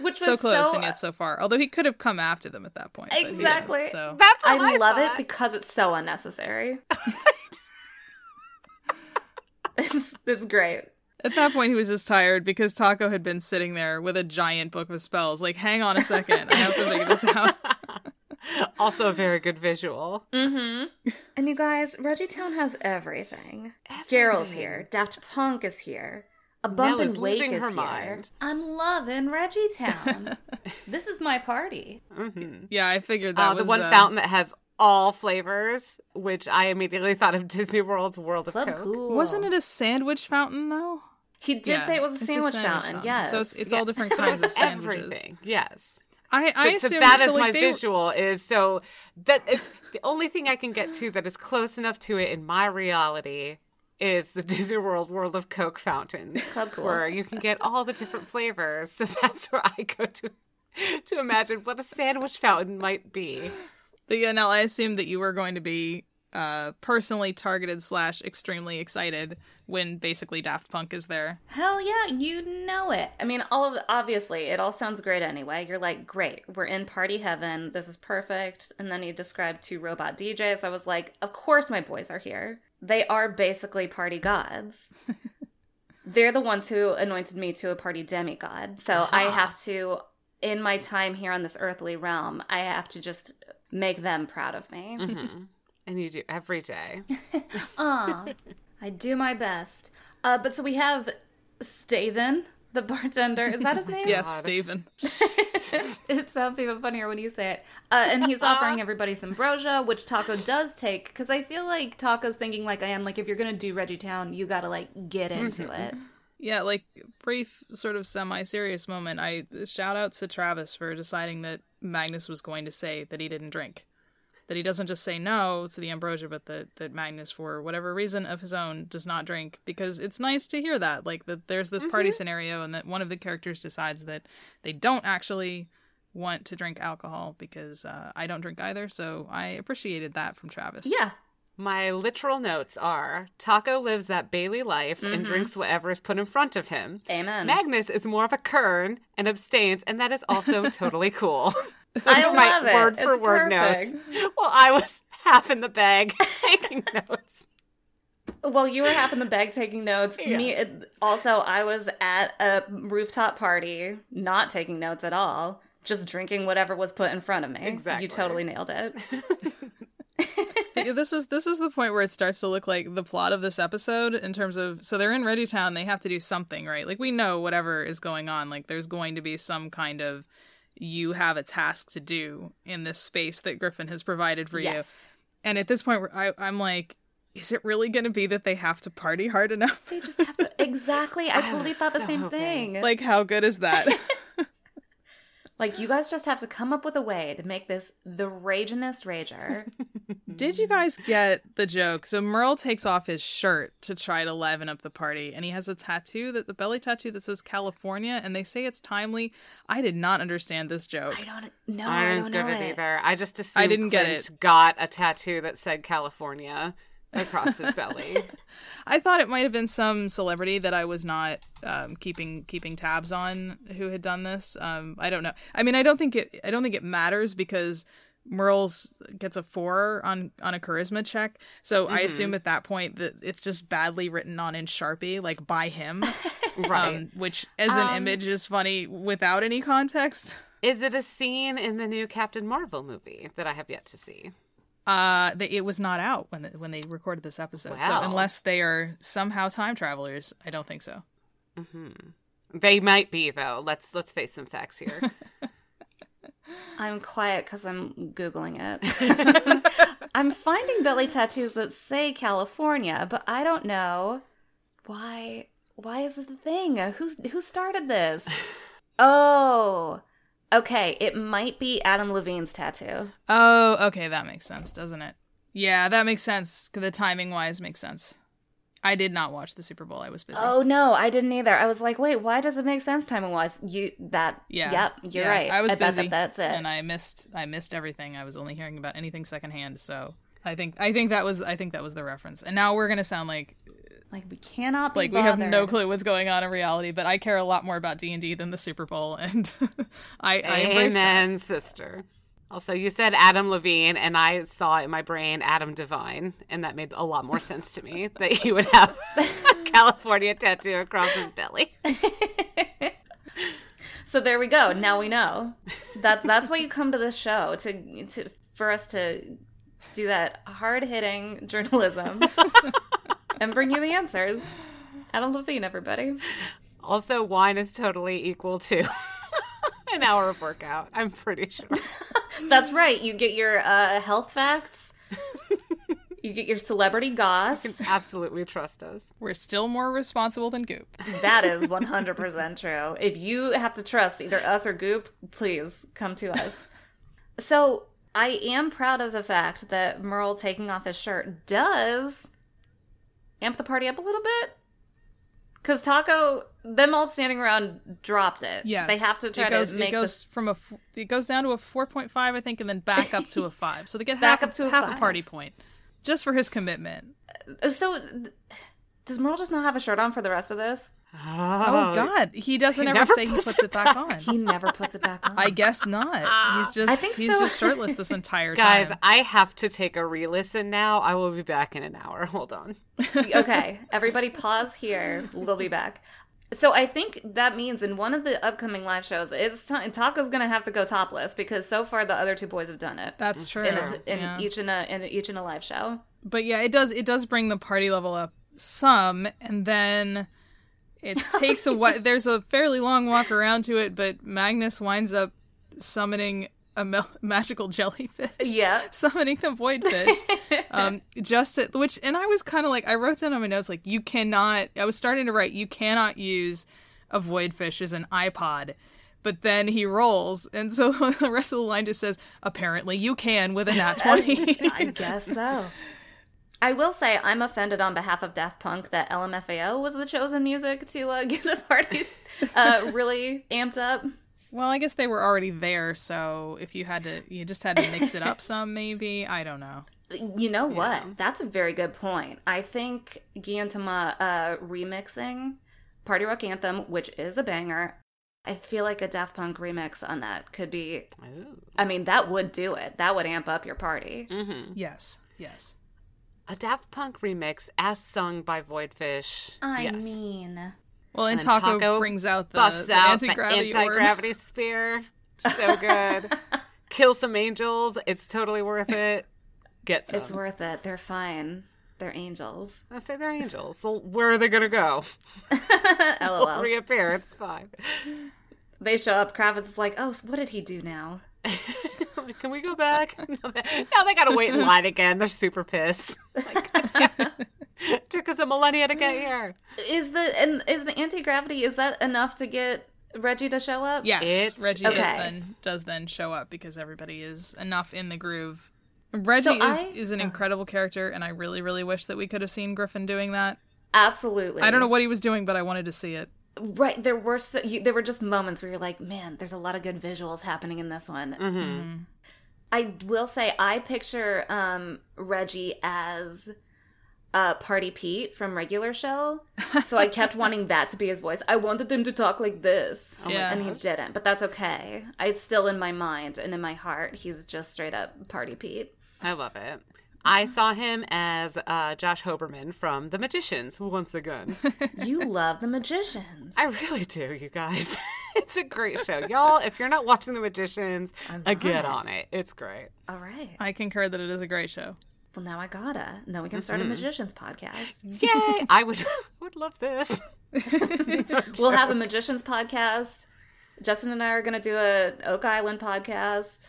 [SPEAKER 1] Which was
[SPEAKER 3] so close and yet so far. Although he could have come after them at that point. but he didn't,
[SPEAKER 1] Exactly.
[SPEAKER 3] so
[SPEAKER 2] That's what I,
[SPEAKER 1] I love
[SPEAKER 2] thought.
[SPEAKER 1] it because it's so unnecessary. it's, it's great.
[SPEAKER 3] at that point, he was just tired because Taco had been sitting there with a giant book of spells. Like, hang on a second, I have to figure this out.
[SPEAKER 2] also a very good visual.
[SPEAKER 1] Mm-hmm. And you guys, Reggie Town has everything. Gerald's here. Daft Punk is here. A bump
[SPEAKER 2] Nell
[SPEAKER 1] and
[SPEAKER 2] is
[SPEAKER 1] wake
[SPEAKER 2] losing
[SPEAKER 1] is
[SPEAKER 2] her
[SPEAKER 1] here.
[SPEAKER 2] mind.
[SPEAKER 1] I'm loving Reggie Town. this is my party.
[SPEAKER 2] Mm-hmm.
[SPEAKER 3] Yeah, I figured that
[SPEAKER 1] Oh,
[SPEAKER 2] Uh,
[SPEAKER 3] was
[SPEAKER 2] the one
[SPEAKER 3] uh,
[SPEAKER 2] fountain that has all flavors, which I immediately thought of Disney World's World of
[SPEAKER 1] Club
[SPEAKER 2] Coke.
[SPEAKER 1] cool.
[SPEAKER 3] Wasn't it a sandwich fountain though?
[SPEAKER 1] He did
[SPEAKER 3] Yeah,
[SPEAKER 1] say it was a
[SPEAKER 3] it's a
[SPEAKER 1] sandwich,
[SPEAKER 3] sandwich
[SPEAKER 1] fountain.
[SPEAKER 3] fountain.
[SPEAKER 1] Yes.
[SPEAKER 3] So it's- it's
[SPEAKER 1] yes.
[SPEAKER 3] all different
[SPEAKER 2] So
[SPEAKER 3] kinds
[SPEAKER 2] it's
[SPEAKER 3] of sandwiches.
[SPEAKER 2] Everything, yes.
[SPEAKER 3] I I
[SPEAKER 2] But so
[SPEAKER 3] assume
[SPEAKER 2] that is
[SPEAKER 3] like,
[SPEAKER 2] my
[SPEAKER 3] they-
[SPEAKER 2] visual is so that is the only thing I can get to that is close enough to it in my reality is the Disney World World of Coke fountains,
[SPEAKER 1] Club cool.
[SPEAKER 2] where you can get all the different flavors. So that's where I go to to imagine what a sandwich fountain might be.
[SPEAKER 3] But yeah, now I assume that you were going to be uh personally targeted slash extremely excited when basically Daft Punk is there.
[SPEAKER 1] Hell yeah, you know it. I mean, all of obviously it all sounds great anyway. You're like, great, we're in party heaven. This is perfect. And then he described two robot DJs. I was like, of course my boys are here. They are basically party gods. They're the ones who anointed me to a party demigod. So I have to, in my time here on this earthly realm, I have to just make them proud of me.
[SPEAKER 2] Mhm. And you do every day.
[SPEAKER 1] Aw, I do my best. Uh, but so we have Staven, the bartender. Is that his name?
[SPEAKER 3] Yes,
[SPEAKER 2] God.
[SPEAKER 3] Steven.
[SPEAKER 1] it sounds even funnier when you say it. Uh, and he's offering everybody some brosia, which Taco does take because I feel like Taco's thinking like I am. Like if you're gonna do Reggie Town, you gotta like get into it.
[SPEAKER 3] Yeah, like brief sort of semi-serious moment. I shout outs to Travis for deciding that Magnus was going to say that he didn't drink. That he doesn't just say no to the ambrosia, but that, that Magnus, for whatever reason of his own, does not drink because it's nice to hear that. Like that there's this party scenario and that one of the characters decides that they don't actually want to drink alcohol because uh, I don't drink either. So I appreciated that from Travis.
[SPEAKER 1] Yeah,
[SPEAKER 2] My literal notes are Taco lives that Bailey life
[SPEAKER 3] Mm-hmm.
[SPEAKER 2] and drinks whatever is put in front of him.
[SPEAKER 1] amen.
[SPEAKER 2] Magnus is more of a kern and abstains, and that is also totally cool. Those
[SPEAKER 1] I
[SPEAKER 2] are my
[SPEAKER 1] love it.
[SPEAKER 2] word for
[SPEAKER 1] It's
[SPEAKER 2] word notes. Well, I was half in the bag taking notes.
[SPEAKER 1] Well, you were half in the bag taking notes. Me it- also. I was at a rooftop party, not taking notes at all, just drinking whatever was put in front of me.
[SPEAKER 2] Exactly.
[SPEAKER 1] You totally nailed it.
[SPEAKER 3] Yeah, this is this is the point where it starts to look like the plot of this episode in terms of so they're in Reggietown, they have to do something, right? Like we know whatever is going on, like there's going to be some kind of you have a task to do in this space that Griffin has provided for you.
[SPEAKER 1] yes.
[SPEAKER 3] And at this point, I, I'm like, is it really going to be that they have to party hard enough?
[SPEAKER 1] They just have to. Exactly. I totally
[SPEAKER 2] was
[SPEAKER 1] thought the
[SPEAKER 2] so
[SPEAKER 1] same
[SPEAKER 2] hoping.
[SPEAKER 1] thing.
[SPEAKER 3] Like, how good is that?
[SPEAKER 1] Like you guys just have to come up with a way to make this the raginest rager.
[SPEAKER 3] Did you guys get the joke? So Merle takes off his shirt to try to liven up the party, and he has a tattoo that the belly tattoo that says California, and they say it's timely. I did not understand this joke.
[SPEAKER 1] I don't know. I,
[SPEAKER 2] I
[SPEAKER 1] don't
[SPEAKER 2] didn't
[SPEAKER 1] know
[SPEAKER 2] get it,
[SPEAKER 1] it.
[SPEAKER 2] either. I just assumed
[SPEAKER 3] didn't get
[SPEAKER 2] Clint
[SPEAKER 3] it.
[SPEAKER 2] Got a tattoo that said California across his belly.
[SPEAKER 3] I thought it might have been some celebrity that I was not um, keeping keeping tabs on who had done this. Um, I don't know. I mean, I don't think it. I don't think it matters because Merle's gets a four on on a charisma check. So I assume at that point that it's just badly written on in Sharpie, like by him.
[SPEAKER 2] Right.
[SPEAKER 3] um, which as an image is funny without any context.
[SPEAKER 2] Is it a scene in the new Captain Marvel movie that I have yet to see?
[SPEAKER 3] Uh, they, it was not out when when they recorded this episode.
[SPEAKER 2] Wow.
[SPEAKER 3] So unless they are somehow time travelers, I don't think so.
[SPEAKER 2] They might be though. Let's let's face some facts here.
[SPEAKER 1] I'm quiet because I'm googling it. I'm finding belly tattoos that say California, but I don't know why. Why is this a thing? Who's who started this? Oh, okay. It might be Adam Levine's tattoo.
[SPEAKER 3] Oh, okay, that makes sense, doesn't it? Yeah, that makes sense. 'cause The timing wise makes sense. I did not watch the Super Bowl. I was busy.
[SPEAKER 1] Oh no, I didn't either. I was like, wait, why does it make sense timing wise? You that
[SPEAKER 3] yeah.
[SPEAKER 1] Yep, you're
[SPEAKER 3] Yeah,
[SPEAKER 1] right.
[SPEAKER 3] I was
[SPEAKER 1] bet
[SPEAKER 3] busy.
[SPEAKER 1] that that's it.
[SPEAKER 3] And I missed I missed everything. I was only hearing about anything secondhand, so I think I think that was I think that was the reference. And now we're going to sound like
[SPEAKER 1] like we cannot be
[SPEAKER 3] like we have no
[SPEAKER 1] bothered.
[SPEAKER 3] clue what's going on in reality, but I care a lot more about D&D than the Super Bowl and I I embrace that.
[SPEAKER 2] Amen, sister. Also, you said Adam Levine, and I saw in my brain Adam Devine, and that made a lot more sense to me that he would have a California tattoo across his belly.
[SPEAKER 1] So there we go. Now we know. That that's why you come to this show to to for us to do that hard hitting journalism and bring you the answers. Adam Levine, everybody.
[SPEAKER 2] Also, wine is totally equal to an hour of workout. I'm pretty sure.
[SPEAKER 1] That's right. You get your uh, health facts. You get your celebrity goss.
[SPEAKER 2] Absolutely trust us.
[SPEAKER 3] We're still more responsible than Goop.
[SPEAKER 1] That is 100% true. If you have to trust either us or Goop, please come to us. So I am proud of the fact that Merle taking off his shirt does amp the party up a little bit? Because Taco, them all standing around, dropped it.
[SPEAKER 3] Yes,
[SPEAKER 1] they have to try
[SPEAKER 3] it goes,
[SPEAKER 1] to make
[SPEAKER 3] it goes
[SPEAKER 1] the,
[SPEAKER 3] from a f- it goes down to a four point five, I think, and then back up to a five. So they get
[SPEAKER 1] Back
[SPEAKER 3] half
[SPEAKER 1] up to a
[SPEAKER 3] half
[SPEAKER 1] five.
[SPEAKER 3] a party point just for his commitment.
[SPEAKER 1] Oh, So, th- does Merle just not have a shirt on for the rest of this?
[SPEAKER 3] Oh, God, he doesn't
[SPEAKER 2] he
[SPEAKER 3] ever
[SPEAKER 2] never
[SPEAKER 3] say he
[SPEAKER 2] puts
[SPEAKER 3] puts it back on.
[SPEAKER 1] He never puts it back on.
[SPEAKER 3] I guess not. He's just
[SPEAKER 1] think
[SPEAKER 3] he's
[SPEAKER 1] so.
[SPEAKER 3] just shirtless this entire
[SPEAKER 2] Guys,
[SPEAKER 3] time.
[SPEAKER 2] I have to take a re-listen now. I will be back in an hour. Hold on.
[SPEAKER 1] okay, everybody pause here. We'll be back. So I think that means in one of the upcoming live shows, it's time Taco's gonna have to go topless because so far the other two boys have done it
[SPEAKER 3] That's true.
[SPEAKER 1] in, a t- in
[SPEAKER 3] yeah.
[SPEAKER 1] each in a in each in a live show.
[SPEAKER 3] but yeah, it does it does bring the party level up some, and then it takes a while. There's a fairly long walk around to it, but Magnus winds up summoning a mel- magical jellyfish.
[SPEAKER 1] Yeah.
[SPEAKER 3] summoning the void fish. um, just at, which, and I was kind of like, I wrote down on my notes like, you cannot. I was starting to write, you cannot use a void fish as an iPod. But then he rolls, and so the rest of the line just says, "Apparently, you can with a nat 20.
[SPEAKER 1] I guess so. I will say I'm offended on behalf of Daft Punk that LMFAO was the chosen music to uh, get the parties uh, really amped up.
[SPEAKER 3] Well, I guess they were already there, so if you had to, you just had to mix it up some, maybe. I don't know.
[SPEAKER 1] You know what? That's a very good point. I think Giantama uh, remixing Party Rock Anthem, which is a banger, I feel like a Daft Punk remix on that could be. I mean, that would do it. That would amp up your party.
[SPEAKER 2] Mm-hmm.
[SPEAKER 3] Yes, yes.
[SPEAKER 2] A Daft Punk remix as sung by Voidfish.
[SPEAKER 1] I
[SPEAKER 2] Yes.
[SPEAKER 1] mean,
[SPEAKER 3] Well, and,
[SPEAKER 2] And
[SPEAKER 3] Taco,
[SPEAKER 2] Taco
[SPEAKER 3] brings out the,
[SPEAKER 2] busts
[SPEAKER 3] the
[SPEAKER 2] out
[SPEAKER 3] anti-gravity
[SPEAKER 2] the
[SPEAKER 3] orb.
[SPEAKER 2] anti-gravity spear. So good. Kill some angels. It's totally worth it. Get some.
[SPEAKER 3] um,
[SPEAKER 1] it's worth it. They're fine. They're angels.
[SPEAKER 2] I say they're angels. So where are they gonna go?
[SPEAKER 3] Oh,
[SPEAKER 1] LOL.
[SPEAKER 2] Reappear. It's fine.
[SPEAKER 1] They show up. Kravitz is like, oh, what did he do now?
[SPEAKER 2] Can we go back? Now they, now they gotta wait in line again. They're super pissed.
[SPEAKER 3] Oh
[SPEAKER 2] Like, took us a millennia to get here.
[SPEAKER 1] Is the and is the anti gravity is that enough to get Reggie to show up?
[SPEAKER 3] Yes,
[SPEAKER 2] It's-
[SPEAKER 3] Reggie
[SPEAKER 1] Okay.
[SPEAKER 3] does then does then show up because everybody is enough in the groove. Reggie is,
[SPEAKER 1] I-
[SPEAKER 3] is
[SPEAKER 2] Oh.
[SPEAKER 3] an incredible character, and I really, really wish that we could have seen Griffin doing that.
[SPEAKER 1] absolutely.
[SPEAKER 3] I don't know what he was doing, but I wanted to see it.
[SPEAKER 1] Right, there were so you, there were just moments where you're like, man, there's a lot of good visuals happening in this
[SPEAKER 2] Mm.
[SPEAKER 1] one.
[SPEAKER 2] Mm-hmm. Hmm.
[SPEAKER 3] Mm-hmm.
[SPEAKER 1] I will say, I picture um, Reggie as uh, Party Pete from Regular Show, so I kept wanting that to be his voice. I wanted him to talk like
[SPEAKER 2] Oh
[SPEAKER 1] this,
[SPEAKER 3] yeah,
[SPEAKER 1] and he didn't, but that's okay. It's still in my mind and in my heart. He's just straight up Party Pete.
[SPEAKER 2] I love it. I saw him as uh, Josh Hoberman from The Magicians once again.
[SPEAKER 1] You love the magicians.
[SPEAKER 2] I really do, you guys. it's a great show. Y'all, if you're not watching The Magicians, uh, get on it. It's great.
[SPEAKER 1] All right.
[SPEAKER 3] I concur that it is a great show.
[SPEAKER 1] Well, now I gotta. Now we can start a magicians podcast.
[SPEAKER 2] Yay! I would would love this.
[SPEAKER 1] We'll have a magicians podcast. Justin and I are gonna do a Oak Island podcast.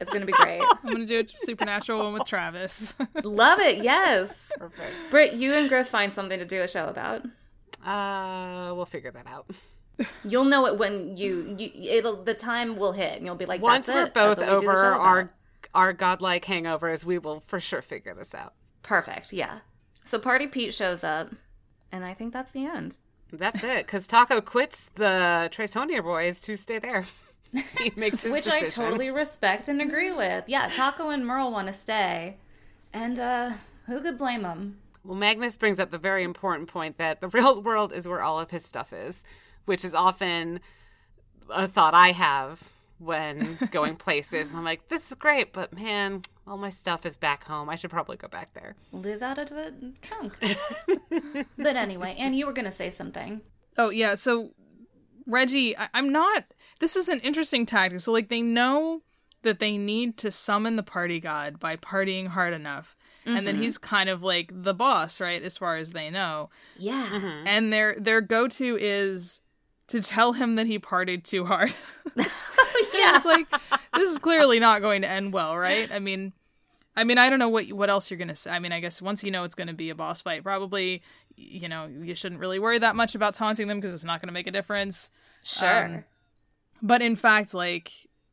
[SPEAKER 1] It's gonna be great.
[SPEAKER 3] I'm gonna do a supernatural one with Travis.
[SPEAKER 1] Love it. Yes,
[SPEAKER 2] Perfect.
[SPEAKER 1] Britt, you and Griff find something to do a show about.
[SPEAKER 2] Uh, we'll figure that out.
[SPEAKER 1] You'll know it when you, you it'll the time will hit and you'll be like
[SPEAKER 2] Once
[SPEAKER 1] That's
[SPEAKER 2] we're
[SPEAKER 1] it.
[SPEAKER 2] both
[SPEAKER 1] That's what we do the
[SPEAKER 2] over
[SPEAKER 1] show about."
[SPEAKER 2] our our godlike hangovers, we will for sure figure this out.
[SPEAKER 1] perfect. Yeah. So Party Pete shows up, and I think that's the end.
[SPEAKER 2] That's it, because Taco quits the Tracehonia boys to stay there. he makes his
[SPEAKER 1] which I
[SPEAKER 2] decision.
[SPEAKER 1] totally respect and agree with. Yeah, Taco and Merle want to stay, and uh, who could blame them?
[SPEAKER 2] Well, Magnus brings up the very important point that the real world is where all of his stuff is, which is often a thought I have when going places. I'm like, this is great, but man, all my stuff is back home. I should probably go back there.
[SPEAKER 1] Live out of a trunk. but anyway, and you were gonna say something.
[SPEAKER 3] Oh yeah, so Reggie, I- I'm not. This is an interesting tactic. So like they know that they need to summon the party god by partying hard enough, and then he's kind of like the boss, right? As far as they know,
[SPEAKER 1] Yeah, Um,
[SPEAKER 3] Mm-hmm. and their their go to is to tell him that he partied too hard.
[SPEAKER 1] yeah.
[SPEAKER 3] it's like this is clearly not going to end well, right? I mean. I mean, I don't know what what else you're gonna say. I mean, I guess once you know it's gonna be a boss fight, probably, you know, you shouldn't really worry that much about taunting them because it's not gonna make a difference.
[SPEAKER 1] sure.
[SPEAKER 3] um, But in fact, like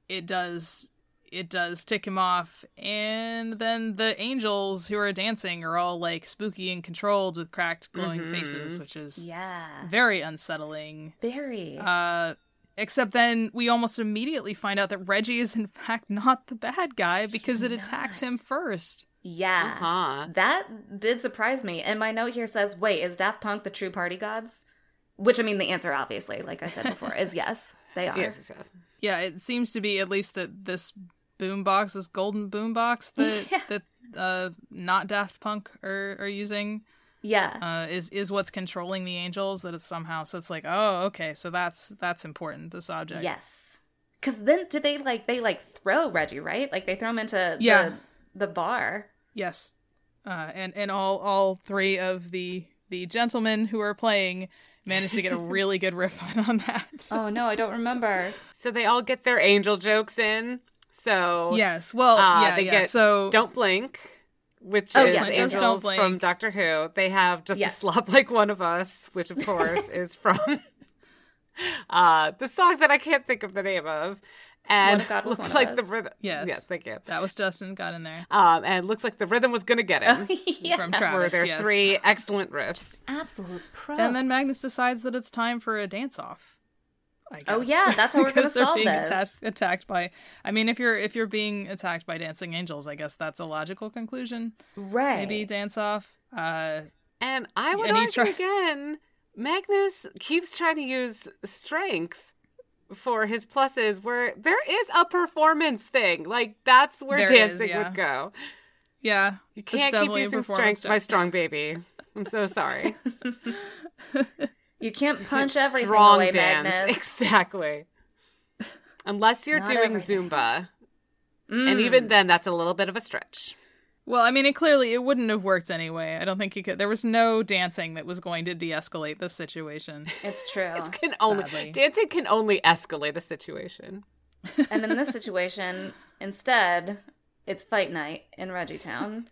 [SPEAKER 3] it does it does tick him off. And then the angels who are dancing are all like spooky and controlled with cracked, glowing
[SPEAKER 2] Mhm.
[SPEAKER 3] faces, which is
[SPEAKER 1] Yeah.
[SPEAKER 3] very unsettling.
[SPEAKER 1] Very.
[SPEAKER 3] Uh, except then we almost immediately find out that Reggie is in fact not the bad guy because it attacks
[SPEAKER 1] not.
[SPEAKER 3] him first.
[SPEAKER 1] yeah.
[SPEAKER 2] Uh-huh.
[SPEAKER 1] That did surprise me. And my note here says, wait, is Daft Punk the true party gods? Which, I mean, the answer, obviously, like I said before, is yes, they are.
[SPEAKER 2] Yes, yes, yes.
[SPEAKER 3] Yeah, it seems to be at least that this boombox, this golden boombox that
[SPEAKER 1] Yeah.
[SPEAKER 3] that uh, not Daft Punk are, are using
[SPEAKER 1] Yeah.
[SPEAKER 3] uh, is is what's controlling the angels. That it's somehow so it's like oh okay, so that's that's important. This object.
[SPEAKER 1] Yes. Because then do they like, they like throw Reggie, right? Like they throw him into
[SPEAKER 3] Yeah.
[SPEAKER 1] the, the bar.
[SPEAKER 3] Yes. Uh, and and all all three of the the gentlemen who are playing managed to get a really good riff on, on that.
[SPEAKER 1] Oh, no, I don't remember.
[SPEAKER 2] So they all get their angel jokes in.
[SPEAKER 1] Oh.
[SPEAKER 2] So
[SPEAKER 3] Yes. Well,
[SPEAKER 1] Ah,
[SPEAKER 2] Uh,
[SPEAKER 3] Oh, yeah,
[SPEAKER 2] they
[SPEAKER 3] yeah.
[SPEAKER 2] get-
[SPEAKER 3] so
[SPEAKER 2] Don't Blink, which
[SPEAKER 1] Oh,
[SPEAKER 2] is
[SPEAKER 1] yes, yes,
[SPEAKER 2] angels
[SPEAKER 1] yes.
[SPEAKER 3] Don't Blink.
[SPEAKER 2] from Doctor Who. They have just
[SPEAKER 1] Yes.
[SPEAKER 2] a slop like one of us, which of course is from uh, the song that I can't think of the name of. And
[SPEAKER 1] One of God was
[SPEAKER 2] looks
[SPEAKER 1] one of
[SPEAKER 2] like
[SPEAKER 1] us.
[SPEAKER 2] the rhythm.
[SPEAKER 3] Yes.
[SPEAKER 2] yes, thank you.
[SPEAKER 3] that was Justin got in there
[SPEAKER 2] Um, and looks like the rhythm was gonna get
[SPEAKER 1] Oh,
[SPEAKER 2] him.
[SPEAKER 1] yeah.
[SPEAKER 3] from
[SPEAKER 2] were
[SPEAKER 3] Travis.
[SPEAKER 2] there
[SPEAKER 3] yes.
[SPEAKER 2] three excellent riffs?
[SPEAKER 1] Absolute pro.
[SPEAKER 3] And then Magnus decides that it's time for a dance off. I guess.
[SPEAKER 1] Oh, yeah, that's how we're gonna
[SPEAKER 3] Because they're
[SPEAKER 1] solve
[SPEAKER 3] being
[SPEAKER 1] this.
[SPEAKER 3] Attacked, attacked by. I mean, if you're if you're being attacked by dancing angels, I guess that's a logical conclusion.
[SPEAKER 1] right.
[SPEAKER 3] Maybe dance off. Uh,
[SPEAKER 2] And I would
[SPEAKER 3] And he
[SPEAKER 2] argue
[SPEAKER 3] try-
[SPEAKER 2] again, Magnus keeps trying to use strength for his pluses where there is a performance thing. Like that's where
[SPEAKER 3] There is,
[SPEAKER 2] dancing
[SPEAKER 3] yeah.
[SPEAKER 2] would go.
[SPEAKER 3] yeah,
[SPEAKER 2] You
[SPEAKER 3] it's
[SPEAKER 2] can't keep
[SPEAKER 3] definitely a
[SPEAKER 2] using
[SPEAKER 3] performance
[SPEAKER 2] strength, my strong baby. I'm so sorry.
[SPEAKER 1] You can't punch everything
[SPEAKER 2] strong
[SPEAKER 1] away,
[SPEAKER 2] dance.
[SPEAKER 1] Magnus.
[SPEAKER 2] Exactly. Unless you're
[SPEAKER 1] Not
[SPEAKER 2] doing
[SPEAKER 1] everything.
[SPEAKER 2] Zumba.
[SPEAKER 1] Mm.
[SPEAKER 2] And even then that's a little bit of a stretch.
[SPEAKER 3] Well, I mean, it clearly it wouldn't have worked anyway. I don't think he could. There was no dancing that was going to de-escalate this situation.
[SPEAKER 1] It's true.
[SPEAKER 2] Can only
[SPEAKER 3] Sadly.
[SPEAKER 2] dancing can only escalate a situation.
[SPEAKER 1] and in this situation, instead, it's fight night in Reggie Town.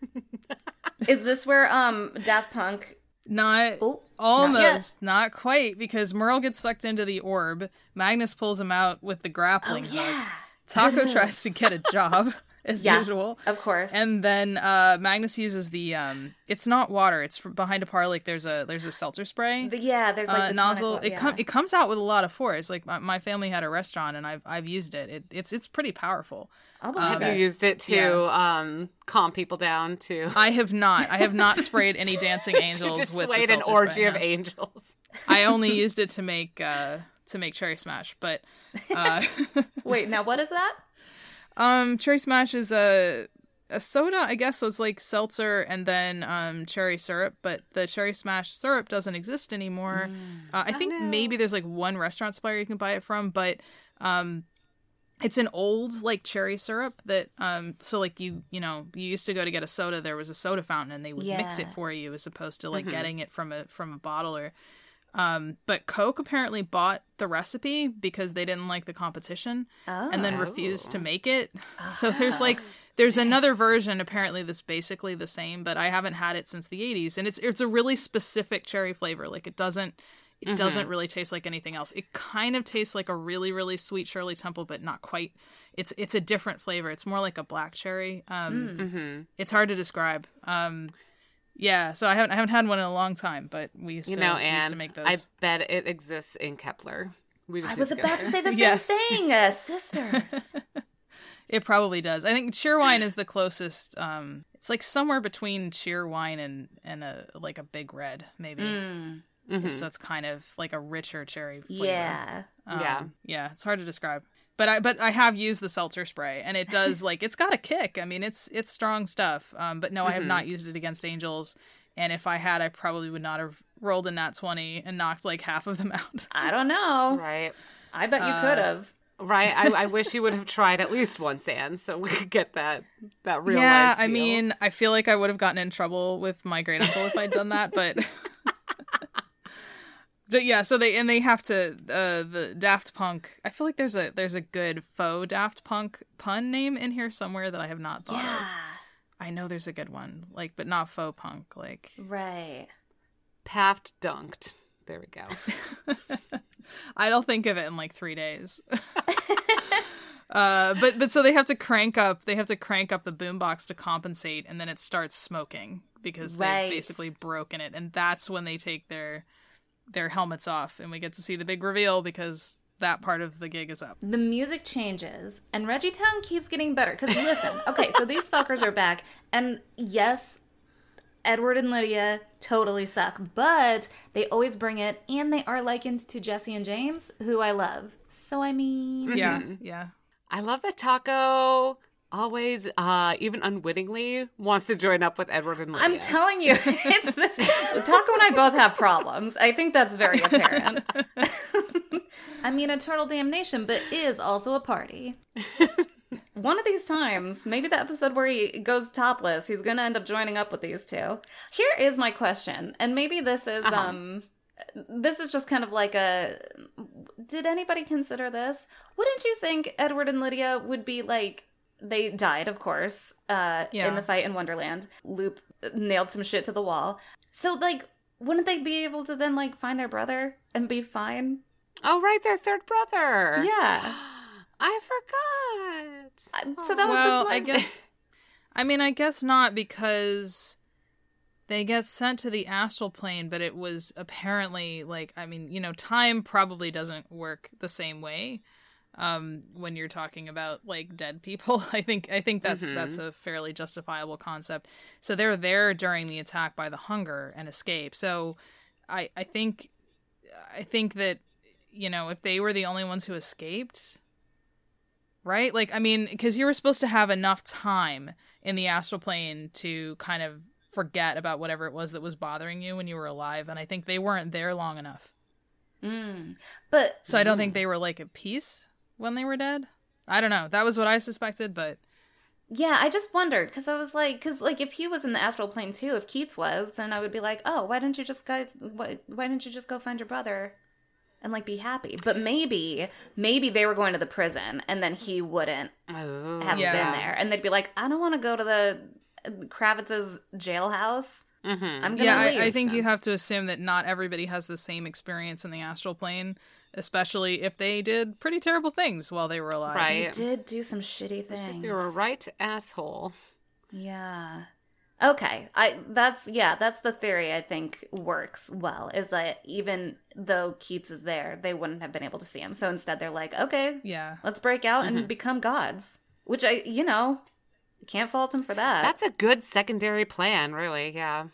[SPEAKER 1] Is this where um Daft Punk?
[SPEAKER 3] Not
[SPEAKER 1] Oh,
[SPEAKER 3] almost, not quite, because Merle gets sucked into the orb. Magnus pulls him out with the grappling hook.
[SPEAKER 1] Oh, yeah,
[SPEAKER 3] Taco tries to get a job as
[SPEAKER 1] Yeah.
[SPEAKER 3] usual.
[SPEAKER 1] of course.
[SPEAKER 3] And then uh, Magnus uses the um, it's not water. It's from behind a par like there's a there's a seltzer spray.
[SPEAKER 1] The- yeah, there's like
[SPEAKER 3] uh,
[SPEAKER 1] the
[SPEAKER 3] nozzle.
[SPEAKER 1] tonic wa-
[SPEAKER 3] it com-
[SPEAKER 1] yeah.
[SPEAKER 3] it comes out with a lot of force. Like my, my family had a restaurant and I've I've used it. it it's it's pretty powerful.
[SPEAKER 1] I'll
[SPEAKER 3] uh,
[SPEAKER 1] believe
[SPEAKER 2] Have
[SPEAKER 1] it.
[SPEAKER 2] you used it to um, calm people down to,
[SPEAKER 3] I have not. I have not sprayed any dancing
[SPEAKER 2] to
[SPEAKER 3] angels with the
[SPEAKER 2] dissuade an
[SPEAKER 3] seltzer
[SPEAKER 2] orgy
[SPEAKER 3] spray,
[SPEAKER 2] of
[SPEAKER 3] no.
[SPEAKER 2] angels?
[SPEAKER 3] I only used it to make uh, to make cherry smash, but uh,
[SPEAKER 1] Wait, now what is that?
[SPEAKER 3] um, cherry smash is a a soda, I guess. So it's like seltzer and then um, cherry syrup, but the cherry smash syrup doesn't exist anymore. Uh, I
[SPEAKER 2] Oh,
[SPEAKER 3] think
[SPEAKER 2] no.
[SPEAKER 3] maybe there's like one restaurant supplier you can buy it from, but um, it's an old like cherry syrup that um, so like you you know you used to go to get a soda, there was a soda fountain and they would mix
[SPEAKER 1] Yeah.
[SPEAKER 3] it for you as opposed to like
[SPEAKER 2] Mhm.
[SPEAKER 3] getting it from a from a bottle or. Um, but Coke apparently bought the recipe because they didn't like the competition
[SPEAKER 1] Oh,
[SPEAKER 3] and then refused to
[SPEAKER 2] Oh.
[SPEAKER 3] make it. So there's
[SPEAKER 1] Ah.
[SPEAKER 3] like there's another
[SPEAKER 1] Yes.
[SPEAKER 3] version apparently that's basically the same, but I haven't had it since the 80s and it's it's a really specific cherry flavor. Like it doesn't it
[SPEAKER 2] Mhm.
[SPEAKER 3] doesn't really taste like anything else. It kind of tastes like a really really sweet Shirley Temple but not quite. It's it's a different flavor. It's more like a black cherry. Um
[SPEAKER 1] Mm.
[SPEAKER 2] Mm-hmm.
[SPEAKER 3] it's hard to describe. Um yeah, so I haven't I haven't had one in a long time, but we used
[SPEAKER 2] You
[SPEAKER 3] to
[SPEAKER 2] know,
[SPEAKER 3] we used to
[SPEAKER 2] Anne,
[SPEAKER 3] make those.
[SPEAKER 2] I bet it exists in Kepler. We just
[SPEAKER 1] I
[SPEAKER 2] need
[SPEAKER 1] was
[SPEAKER 2] go
[SPEAKER 1] about to
[SPEAKER 2] there.
[SPEAKER 1] say the same
[SPEAKER 3] Yes.
[SPEAKER 1] thing, uh, sisters.
[SPEAKER 3] It probably does. I think cheer wine is the closest. Um, it's like somewhere between cheer wine and and a like a big red maybe.
[SPEAKER 1] Mm,
[SPEAKER 2] Mhm.
[SPEAKER 3] So it's kind of like a richer cherry flavor.
[SPEAKER 1] yeah,
[SPEAKER 3] Um,
[SPEAKER 2] Yeah.
[SPEAKER 3] yeah. It's hard to describe. But I but I have used the seltzer spray and it does like it's got a kick. I mean it's it's strong stuff. Um, but no, I have
[SPEAKER 2] Mhm.
[SPEAKER 3] not used it against angels. And if I had, I probably would not have rolled a nat twenty and knocked like half of them out.
[SPEAKER 1] I don't know.
[SPEAKER 2] Right,
[SPEAKER 1] I bet you
[SPEAKER 3] Uh,
[SPEAKER 1] could have.
[SPEAKER 2] right. I, I wish you would have tried at least once, Anne, so we could get that that real.
[SPEAKER 3] yeah,
[SPEAKER 2] life
[SPEAKER 3] I
[SPEAKER 2] feel.
[SPEAKER 3] mean, I feel like I would have gotten in trouble with my great uncle if I'd done that, but but yeah, so they and they have to uh the Daft Punk. I feel like there's a there's a good faux Daft Punk pun name in here somewhere that I have not thought of.
[SPEAKER 1] Yeah,
[SPEAKER 3] I know there's a good one, like but not faux punk, like
[SPEAKER 1] right.
[SPEAKER 2] paft dunked. There we go.
[SPEAKER 3] I don't think of it in like 3 days. Uh, but but so they have to crank up they have to crank up the boombox to compensate, and then it starts smoking because
[SPEAKER 1] Right.
[SPEAKER 3] they've basically broken it, and that's when they take their their helmets off, and we get to see the big reveal because that part of the gig is up.
[SPEAKER 1] The music changes, and Reggie Town keeps getting better. Because listen, okay, so these fuckers are back, and yes, Edward and Lydia totally suck, but they always bring it, and they are likened to Jesse and James, who I love. So I mean,
[SPEAKER 3] Yeah, yeah.
[SPEAKER 2] I love that Taco always, uh, even unwittingly, wants to join up with Edward and Lydia.
[SPEAKER 1] I'm telling you, it's this. Taco and I both have problems. I think that's very apparent. I mean, eternal damnation, but is also a party. One of these times, maybe the episode where he goes topless, he's going to end up joining up with these two. Here is my question, and maybe this is um this is just kind of like a did anybody consider this? Wouldn't you think Edward and Lydia would be like they died, of course, uh in
[SPEAKER 3] Yeah.
[SPEAKER 1] the fight in Wonderland. Loop nailed some shit to the wall. So like wouldn't they be able to then like find their brother and be fine?
[SPEAKER 2] oh, right, their third brother.
[SPEAKER 1] Yeah.
[SPEAKER 2] I forgot.
[SPEAKER 1] I- so that was
[SPEAKER 3] well,
[SPEAKER 1] just my
[SPEAKER 3] I guess. I mean, I guess not because they get sent to the astral plane, but it was apparently like I mean, you know, time probably doesn't work the same way um when you're talking about like dead people i think i think that's that's a fairly justifiable concept so they're there during the attack by the hunger and escape so i i think i think that you know if they were the only ones who escaped right? Like, I mean, because you were supposed to have enough time in the astral plane to kind of forget about whatever it was that was bothering you when you were alive, and I think they weren't there long enough.
[SPEAKER 1] Mm. But
[SPEAKER 3] So I don't
[SPEAKER 1] Mm.
[SPEAKER 3] think they were like at peace when they were dead. I don't know. That was what I suspected, but
[SPEAKER 1] Yeah, I just wondered because I was like, because like if he was in the astral plane too, if Keats was, then I would be like, oh, why don't you just guys, why, why don't you just go find your brother, and like be happy? But maybe, maybe they were going to the prison, and then he wouldn't
[SPEAKER 2] Oh,
[SPEAKER 1] have
[SPEAKER 3] Yeah.
[SPEAKER 1] been there, and they'd be like, I don't want to go to the uh, Kravitz's jailhouse.
[SPEAKER 2] Mhm.
[SPEAKER 1] I'm gonna
[SPEAKER 3] yeah,
[SPEAKER 1] leave.
[SPEAKER 3] I, I think you have to assume that not everybody has the same experience in the astral plane, especially if they did pretty terrible things while they were alive.
[SPEAKER 2] Right.
[SPEAKER 1] They did do some shitty things.
[SPEAKER 2] You're a right asshole.
[SPEAKER 1] Yeah. Okay. I that's yeah, that's the theory I think works well is that even though Keats is there, they wouldn't have been able to see him. So instead they're like, okay,
[SPEAKER 3] Yeah.
[SPEAKER 1] let's break out and become gods, which I, you know, can't fault him for that.
[SPEAKER 2] That's a good secondary plan, really. Yeah.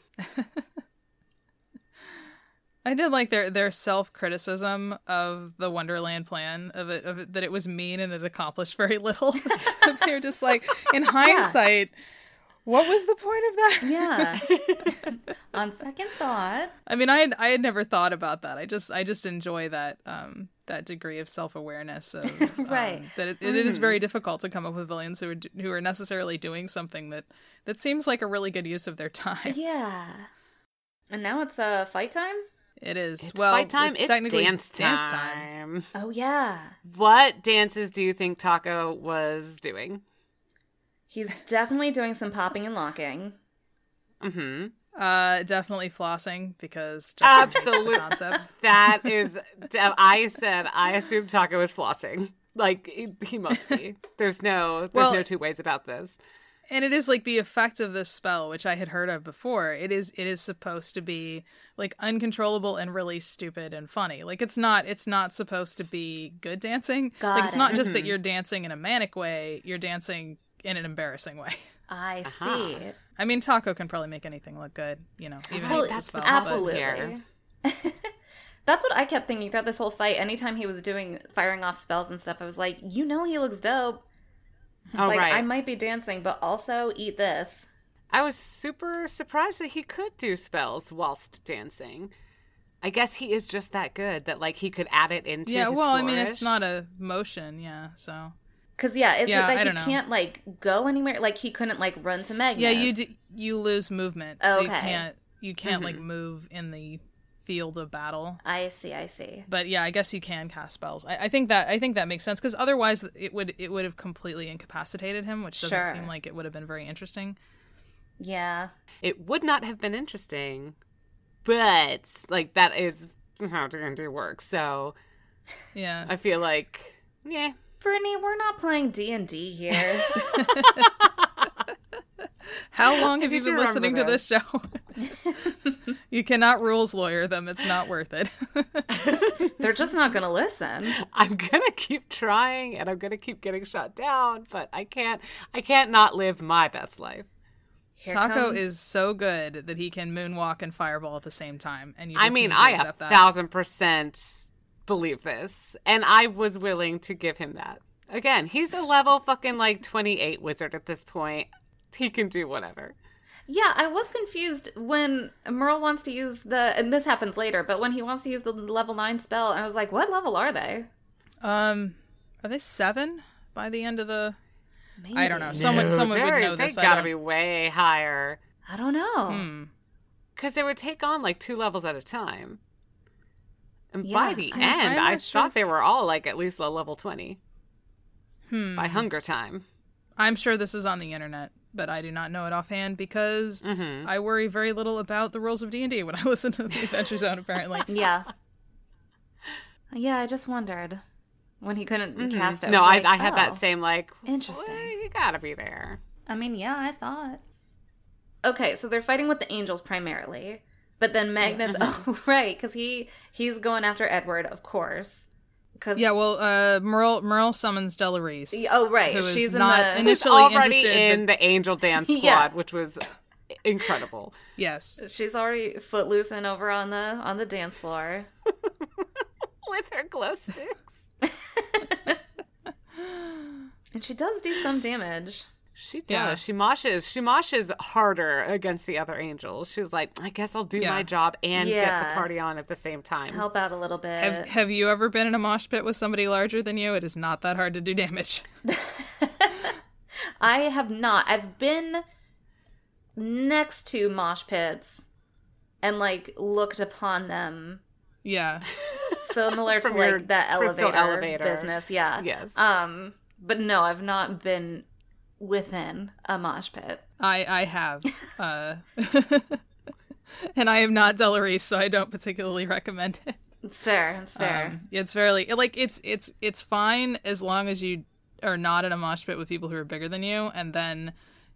[SPEAKER 3] I did like their their self criticism of the Wonderland plan of it, of it that it was mean and it accomplished very little. They're just like, in hindsight, what was the point of that?
[SPEAKER 1] yeah. On second thought,
[SPEAKER 3] I mean, I had, I had never thought about that. I just I just enjoy that um that degree of self awareness of um,
[SPEAKER 1] Right.
[SPEAKER 3] that it, it
[SPEAKER 2] Mm-hmm.
[SPEAKER 3] is very difficult to come up with villains who are d- who are necessarily doing something that that seems like a really good use of their time.
[SPEAKER 1] yeah. And now it's uh fight time?
[SPEAKER 3] It is
[SPEAKER 2] It's
[SPEAKER 3] well
[SPEAKER 2] fight time. It's,
[SPEAKER 3] technically
[SPEAKER 2] dance time.
[SPEAKER 3] Dance time.
[SPEAKER 1] Oh yeah.
[SPEAKER 2] What dances do you think Taco was doing?
[SPEAKER 1] He's definitely doing some popping and locking.
[SPEAKER 2] hmm
[SPEAKER 3] Uh, definitely flossing because just
[SPEAKER 2] Absolute-
[SPEAKER 3] the concept.
[SPEAKER 2] That is, I said, I assume Taco is flossing. Like he, he must be. There's no, there's
[SPEAKER 3] Well-
[SPEAKER 2] no two ways about this.
[SPEAKER 3] And it is like the effect of this spell, which I had heard of before. It is it is supposed to be like uncontrollable and really stupid and funny. Like it's not it's not supposed to be good dancing.
[SPEAKER 1] Got
[SPEAKER 3] like it's not
[SPEAKER 1] it.
[SPEAKER 3] just that you're dancing in a manic way, you're dancing in an embarrassing way.
[SPEAKER 1] I
[SPEAKER 2] Aha.
[SPEAKER 1] see.
[SPEAKER 3] I mean taco can probably make anything look good, you know, even
[SPEAKER 2] Well,
[SPEAKER 3] if it's a
[SPEAKER 2] that's
[SPEAKER 3] spell.
[SPEAKER 2] what-
[SPEAKER 3] but-
[SPEAKER 2] absolute-
[SPEAKER 1] Absolutely.
[SPEAKER 2] here.
[SPEAKER 1] That's what I kept thinking throughout this whole fight. Anytime he was doing firing off spells and stuff, I was like, you know, he looks dope.
[SPEAKER 2] Oh
[SPEAKER 1] like
[SPEAKER 2] right.
[SPEAKER 1] I might be dancing, but also eat this.
[SPEAKER 2] I was super surprised that he could do spells whilst dancing. I guess he is just that good that like he could add it into.
[SPEAKER 3] yeah,
[SPEAKER 2] his
[SPEAKER 3] well, I mean
[SPEAKER 2] flourish.
[SPEAKER 3] it's not a motion, yeah, so
[SPEAKER 1] Cause yeah, it's
[SPEAKER 3] Yeah,
[SPEAKER 1] that
[SPEAKER 3] I
[SPEAKER 1] he
[SPEAKER 3] don't know.
[SPEAKER 1] can't like go anywhere. Like he couldn't like run to Magnus.
[SPEAKER 3] Yeah, you d- you lose movement, so you
[SPEAKER 1] Okay.
[SPEAKER 3] can't you can't like
[SPEAKER 2] Mm-hmm.
[SPEAKER 3] move in the field of battle.
[SPEAKER 1] I see. I see.
[SPEAKER 3] But yeah, I guess you can cast spells. I, I think that I think that makes sense because otherwise it would it would have completely incapacitated him, which doesn't
[SPEAKER 1] Sure.
[SPEAKER 3] seem like it would have been very interesting.
[SPEAKER 1] Yeah.
[SPEAKER 2] It would not have been interesting, but like that is how D and D works. So
[SPEAKER 3] Yeah,
[SPEAKER 2] I feel like yeah,
[SPEAKER 1] Brittany, we're not playing D and D here.
[SPEAKER 3] How long have you
[SPEAKER 2] need to
[SPEAKER 3] been
[SPEAKER 2] remember
[SPEAKER 3] listening to this show? you cannot rules lawyer them. It's not worth it.
[SPEAKER 1] They're just not going to listen.
[SPEAKER 2] I'm gonna keep trying and I'm gonna keep getting shot down, but I can't I can't not live my best life.
[SPEAKER 1] Here
[SPEAKER 3] Taco
[SPEAKER 1] comes-
[SPEAKER 3] is so good that he can moonwalk and fireball at the same time. And you just
[SPEAKER 2] I mean,
[SPEAKER 3] need to
[SPEAKER 2] I a
[SPEAKER 3] accept that.
[SPEAKER 2] thousand percent believe this. And I was willing to give him that. Again, he's a level fucking like twenty eight wizard at this point. He can do whatever.
[SPEAKER 1] Yeah, I was confused when Merle wants to use the, and this happens later, but when he wants to use the level nine spell, I was like, what level are they?
[SPEAKER 3] Um, are they seven by the end of the?
[SPEAKER 1] Maybe.
[SPEAKER 3] I don't know. Someone, someone would
[SPEAKER 2] They're-
[SPEAKER 3] know this.
[SPEAKER 2] They
[SPEAKER 3] I
[SPEAKER 2] gotta
[SPEAKER 3] don't-
[SPEAKER 2] be way higher.
[SPEAKER 1] I don't know.
[SPEAKER 3] Hmm.
[SPEAKER 2] Because they would take on like two levels at a time. And
[SPEAKER 1] Yeah,
[SPEAKER 2] by the
[SPEAKER 1] I'm-
[SPEAKER 2] end,
[SPEAKER 3] I'm
[SPEAKER 2] I
[SPEAKER 3] not sure
[SPEAKER 2] thought
[SPEAKER 3] if-
[SPEAKER 2] they were all like at least a level 20
[SPEAKER 3] Hmm.
[SPEAKER 2] by hunger time.
[SPEAKER 3] I'm sure this is on the internet, but I do not know it offhand because
[SPEAKER 2] hmm
[SPEAKER 3] I worry very little about the rules of D and D when I listen to the Adventure Zone. Apparently,
[SPEAKER 1] Yeah. Yeah, I just wondered when he couldn't cast it.
[SPEAKER 2] No,
[SPEAKER 1] was
[SPEAKER 2] I,
[SPEAKER 1] like,
[SPEAKER 2] I had
[SPEAKER 1] oh.
[SPEAKER 2] that same like.
[SPEAKER 1] Interesting.
[SPEAKER 2] "Well, you gotta be there.
[SPEAKER 1] I mean, yeah, I thought. Okay, so they're fighting with the angels primarily, but then Magnus. Oh, right, because he he's going after Edward, of course. Because
[SPEAKER 3] yeah. Well, uh, Merle Merle summons Delarice.
[SPEAKER 1] oh, right,
[SPEAKER 3] who is
[SPEAKER 1] she's in
[SPEAKER 3] not
[SPEAKER 1] the
[SPEAKER 3] initially
[SPEAKER 2] Already
[SPEAKER 3] interested.
[SPEAKER 2] in
[SPEAKER 3] but-
[SPEAKER 2] the Angel Dance Squad,
[SPEAKER 1] Yeah.
[SPEAKER 2] which was incredible.
[SPEAKER 3] yes,
[SPEAKER 1] she's already footloose and over on the on the dance floor.
[SPEAKER 2] With her glow sticks.
[SPEAKER 1] And she does do some damage.
[SPEAKER 2] She does.
[SPEAKER 3] Yeah.
[SPEAKER 2] She moshes. She moshes harder against the other angels. She's like, I guess I'll do
[SPEAKER 3] Yeah.
[SPEAKER 2] my job and get
[SPEAKER 1] Yeah.
[SPEAKER 2] the party on at the same time.
[SPEAKER 1] Help out a little bit.
[SPEAKER 3] Have, have you ever been in a mosh pit with somebody larger than you? It is not that hard to do damage.
[SPEAKER 1] I have not. I've been next to mosh pits and like looked upon them
[SPEAKER 3] Yeah.
[SPEAKER 1] similar to
[SPEAKER 2] From your
[SPEAKER 1] like that
[SPEAKER 2] crystal
[SPEAKER 1] elevator,
[SPEAKER 2] elevator.
[SPEAKER 1] business. Yeah.
[SPEAKER 2] Yes.
[SPEAKER 1] Um, but no, I've not been within a mosh pit.
[SPEAKER 3] I I have. Uh And I am not Delarice, so I don't particularly recommend it.
[SPEAKER 1] It's fair. It's fair.
[SPEAKER 3] Um, it's fairly like it's it's it's fine as long as you are not in a mosh pit with people who are bigger than you, and then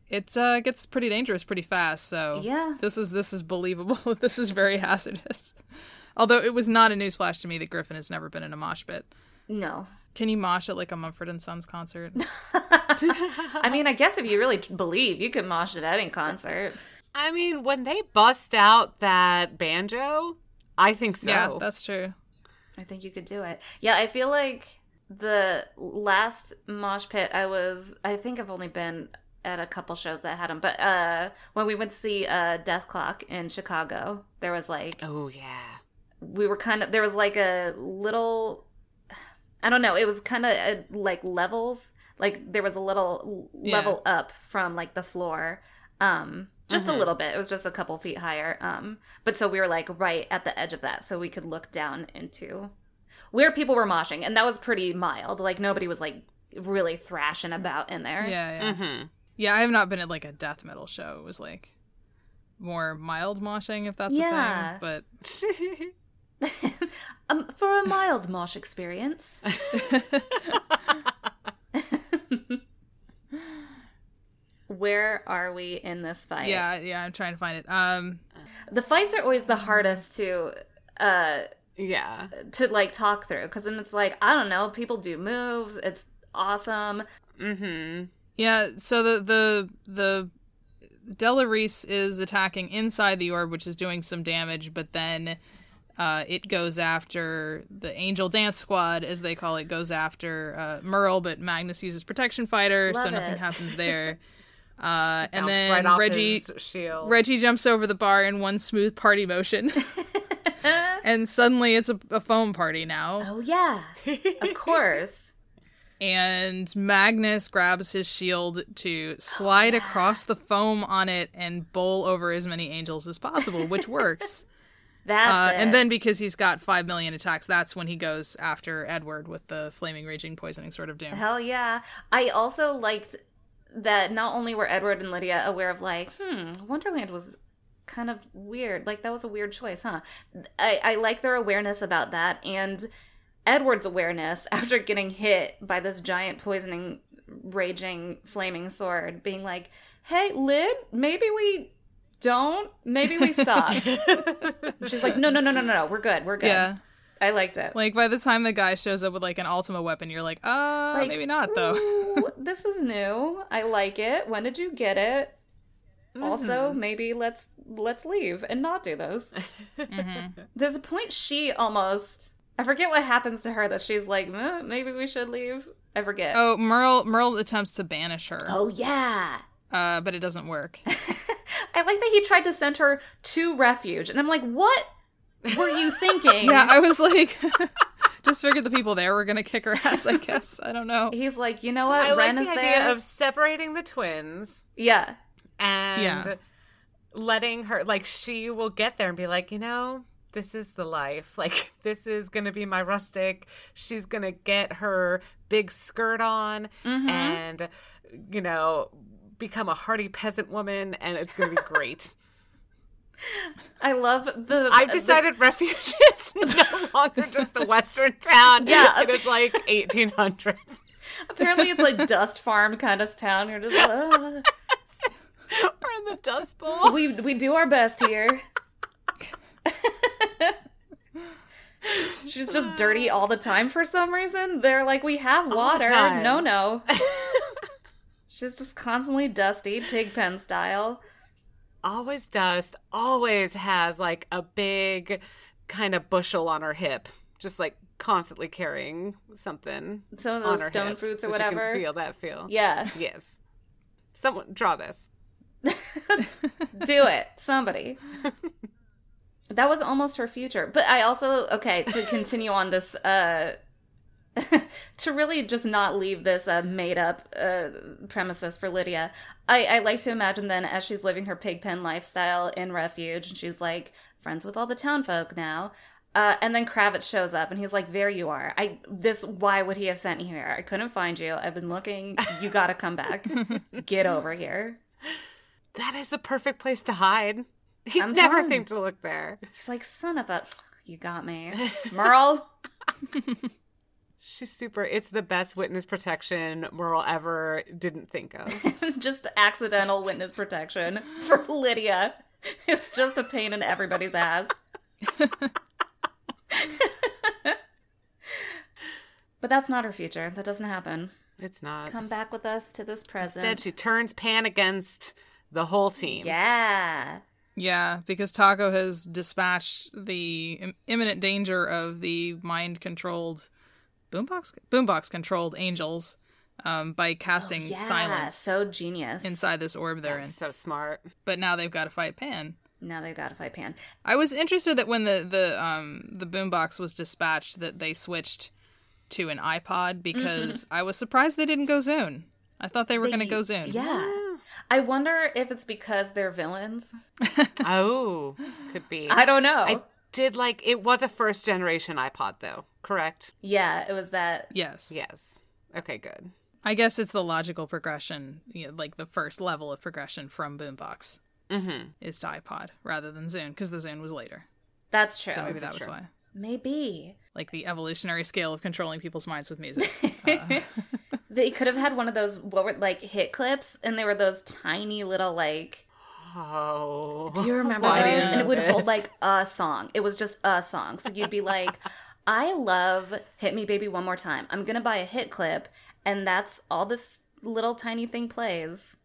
[SPEAKER 3] it uh, gets pretty dangerous pretty fast. So
[SPEAKER 1] Yeah.
[SPEAKER 3] this is this is believable. this is very hazardous. Although it was not a newsflash to me that Griffin has never been in a mosh pit.
[SPEAKER 1] no.
[SPEAKER 3] Can you mosh at like a Mumford and Sons concert?
[SPEAKER 1] I mean, I guess if you really t- believe, you could mosh at any concert.
[SPEAKER 2] I mean, when they bust out that banjo, I think so.
[SPEAKER 3] Yeah, that's true.
[SPEAKER 1] I think you could do it. Yeah, I feel like the last mosh pit I was, I think I've only been at a couple shows that had them, but uh, when we went to see uh, Death Clock in Chicago, there was like,
[SPEAKER 2] oh yeah.
[SPEAKER 1] we were kind of, there was like a little, I don't know, it was kind of uh, like levels. Like there was a little l-
[SPEAKER 3] Yeah.
[SPEAKER 1] level up from like the floor. Um, just
[SPEAKER 3] Mm-hmm.
[SPEAKER 2] Mhm.
[SPEAKER 1] a little bit. It was just a couple feet higher. Um, but so we were like right at the edge of that, so we could look down into where people were moshing, and that was pretty mild. Like nobody was like really thrashing about in there.
[SPEAKER 3] Yeah, yeah.
[SPEAKER 1] Mm-hmm.
[SPEAKER 2] hmm
[SPEAKER 3] Yeah, I have not been at like a death metal show. It was like more mild moshing, if that's
[SPEAKER 1] Yeah.
[SPEAKER 3] a thing.
[SPEAKER 2] Mm-hmm.
[SPEAKER 1] um, for a mild mosh experience. where are we in this
[SPEAKER 3] But
[SPEAKER 1] fight?
[SPEAKER 3] yeah, yeah, I'm trying to find it. Um,
[SPEAKER 1] the fights are always the hardest to. Uh,
[SPEAKER 2] yeah.
[SPEAKER 1] to like talk through because then it's like I don't know people do moves it's awesome
[SPEAKER 2] Mm-hmm.
[SPEAKER 3] yeah. So the the the Della Reese is attacking inside the orb, which is doing some damage, but then uh, it goes after the Angel Dance Squad, as they call it, goes after uh, Merle, but Magnus uses Protection Fighter, so
[SPEAKER 1] Love
[SPEAKER 3] nothing
[SPEAKER 1] it.
[SPEAKER 3] happens there. Uh, and
[SPEAKER 2] Bounced
[SPEAKER 3] then
[SPEAKER 2] right off
[SPEAKER 3] Reggie
[SPEAKER 2] his shield.
[SPEAKER 3] Reggie jumps over the bar in one smooth party motion. and suddenly it's a, a foam party now.
[SPEAKER 1] oh yeah of course
[SPEAKER 3] And Magnus grabs his shield to
[SPEAKER 1] Oh,
[SPEAKER 3] slide across the foam on it and bowl over as many angels as possible, which works. uh,
[SPEAKER 1] that's it.
[SPEAKER 3] and then because he's got 5 million attacks, that's when he goes after Edward with the flaming, raging, poisoning sword of doom.
[SPEAKER 1] Hell yeah. I also liked that not only were Edward and Lydia aware of like, hmm, Wonderland was kind of weird. Like that was a weird choice, huh? I, I like their awareness about that and Edward's awareness after getting hit by this giant poisoning raging flaming sword being like, "Hey, Lid, maybe we don't. Maybe we stop." She's like, "No, no, no, no, no, no. We're good. We're good."
[SPEAKER 3] Yeah.
[SPEAKER 1] I liked it.
[SPEAKER 3] Like by the time the guy shows up with like an Ultima weapon, you're like, uh,
[SPEAKER 1] Like,
[SPEAKER 3] maybe not though.
[SPEAKER 1] "Ooh, this is new. I like it. When did you get it? Also, maybe let's let's leave and not do this. There's a point she almost I forget what happens to her that she's like, "Meh, maybe we should leave. I forget.
[SPEAKER 3] Oh, Merle Merle attempts to banish her,
[SPEAKER 1] oh yeah.
[SPEAKER 3] uh, but it doesn't work.
[SPEAKER 1] I like that he tried to send her to refuge, and I'm like, what were you thinking?
[SPEAKER 3] yeah, I was like, just figured the people there were gonna kick her ass. I guess I don't know.
[SPEAKER 1] He's like, you know what?
[SPEAKER 2] I like
[SPEAKER 1] Ren
[SPEAKER 2] the
[SPEAKER 1] is
[SPEAKER 2] idea
[SPEAKER 1] there.
[SPEAKER 2] of separating the twins
[SPEAKER 1] yeah,
[SPEAKER 2] and
[SPEAKER 3] Yeah.
[SPEAKER 2] letting her like she will get there and be like, you know, this is the life. Like this is gonna be my rustic. She's gonna get her big skirt on
[SPEAKER 1] Mm-hmm.
[SPEAKER 2] and you know become a hardy peasant woman and it's gonna be great.
[SPEAKER 1] I love the.
[SPEAKER 2] I've
[SPEAKER 1] the-
[SPEAKER 2] decided refuge is no longer just a western town.
[SPEAKER 1] Yeah.
[SPEAKER 2] It is like eighteen hundreds.
[SPEAKER 1] apparently, it's like dust farm kind of town. You're just like,
[SPEAKER 2] We're in the dust bowl.
[SPEAKER 1] "Ugh, we we do our best here. She's just dirty all the time for some reason. They're like, we have water.
[SPEAKER 2] time.
[SPEAKER 1] No, no. She's just constantly dusty, pig pen style.
[SPEAKER 2] always dust always has like a big kind of bushel on her hip just like constantly carrying something
[SPEAKER 1] Some of
[SPEAKER 2] on
[SPEAKER 1] those
[SPEAKER 2] her
[SPEAKER 1] stone
[SPEAKER 2] hip,
[SPEAKER 1] fruits or
[SPEAKER 2] so she can
[SPEAKER 1] whatever.
[SPEAKER 2] feel that feel
[SPEAKER 1] Yeah.
[SPEAKER 2] yes someone draw this
[SPEAKER 1] Do it, somebody. that was almost her future. But I also okay to continue on this. uh to really just not leave this uh, made up uh, premises for Lydia, I, I like to imagine then as she's living her pigpen lifestyle in refuge, and she's like friends with all the town folk now. Uh, and then Kravitz shows up, and he's like, "There you are. I this. Why would he have sent you here? I couldn't find you. I've been looking. You got to come back. Get over here."
[SPEAKER 2] that is the perfect place to hide he'd
[SPEAKER 1] I'm
[SPEAKER 2] never
[SPEAKER 1] telling
[SPEAKER 2] think to look there
[SPEAKER 1] He's like, son of a, you got me, Merle.
[SPEAKER 2] she's super it's the best witness protection merle ever didn't think of
[SPEAKER 1] just accidental witness protection for Lydia. It's just a pain in everybody's ass. but that's not her future. That doesn't happen.
[SPEAKER 2] it's not
[SPEAKER 1] Come back with us to this present.
[SPEAKER 2] instead she turns pan against the whole team
[SPEAKER 1] yeah.
[SPEAKER 3] Yeah, because Taco has dispatched the im- imminent danger of the mind-controlled boombox boombox-controlled angels um, by casting
[SPEAKER 1] Oh, Yeah.
[SPEAKER 3] silence
[SPEAKER 1] So genius.
[SPEAKER 3] inside this orb they're in.
[SPEAKER 2] so smart
[SPEAKER 3] But now they've got to fight Pan.
[SPEAKER 1] now they've got to fight Pan.
[SPEAKER 3] I was interested that when the the um the boombox was dispatched that they switched to an
[SPEAKER 1] Mm-hmm.
[SPEAKER 3] iPod because I was surprised they didn't go Zune. I thought they were going to go Zune.
[SPEAKER 1] Yeah. I wonder if it's because they're villains.
[SPEAKER 2] oh could be
[SPEAKER 1] I don't know.
[SPEAKER 2] I did like it was a first generation iPod though, correct?
[SPEAKER 1] yeah, it was that.
[SPEAKER 3] Yes.
[SPEAKER 2] Yes. Okay, good.
[SPEAKER 3] I guess it's the logical progression, you know, like the first level of progression from boombox
[SPEAKER 2] Mm-hmm.
[SPEAKER 3] is to iPod rather than Zune because the Zune was later.
[SPEAKER 1] That's true.
[SPEAKER 3] So maybe
[SPEAKER 2] this
[SPEAKER 3] that
[SPEAKER 2] is
[SPEAKER 3] was
[SPEAKER 2] true.
[SPEAKER 3] why.
[SPEAKER 1] Maybe.
[SPEAKER 3] Like the evolutionary scale of controlling people's minds with music.
[SPEAKER 1] They could have had one of those what were like hit clips, and they were those tiny little like.
[SPEAKER 2] Oh,
[SPEAKER 1] Do you remember
[SPEAKER 2] Why do you
[SPEAKER 1] those? And it would
[SPEAKER 2] know
[SPEAKER 1] hold
[SPEAKER 2] this?
[SPEAKER 1] like a song. It was just a song, so you'd be like, "I love Hit Me Baby One More Time." I'm gonna buy a hit clip, and that's all this little tiny thing plays.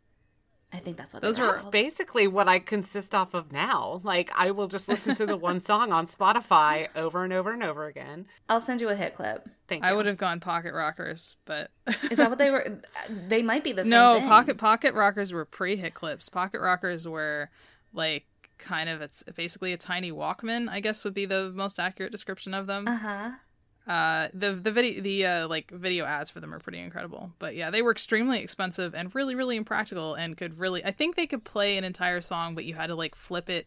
[SPEAKER 1] I think that's what they
[SPEAKER 3] Those were-
[SPEAKER 1] called.
[SPEAKER 2] basically what I consist off of now. Like I will just listen to the one song on Spotify over and over and over again.
[SPEAKER 1] I'll send you a hit clip.
[SPEAKER 2] Thank you.
[SPEAKER 3] I would have gone Pocket Rockers, but
[SPEAKER 1] Is that what they were? They might be the same.
[SPEAKER 3] no
[SPEAKER 1] thing.
[SPEAKER 3] pocket pocket rockers were pre-hit clips pocket rockers were like kind of it's basically a tiny walkman i guess would be the most accurate description of them
[SPEAKER 1] Uh huh.
[SPEAKER 3] uh the the video the uh like video ads for them are pretty incredible but yeah they were extremely expensive and really really impractical and could really i think they could play an entire song but you had to like flip it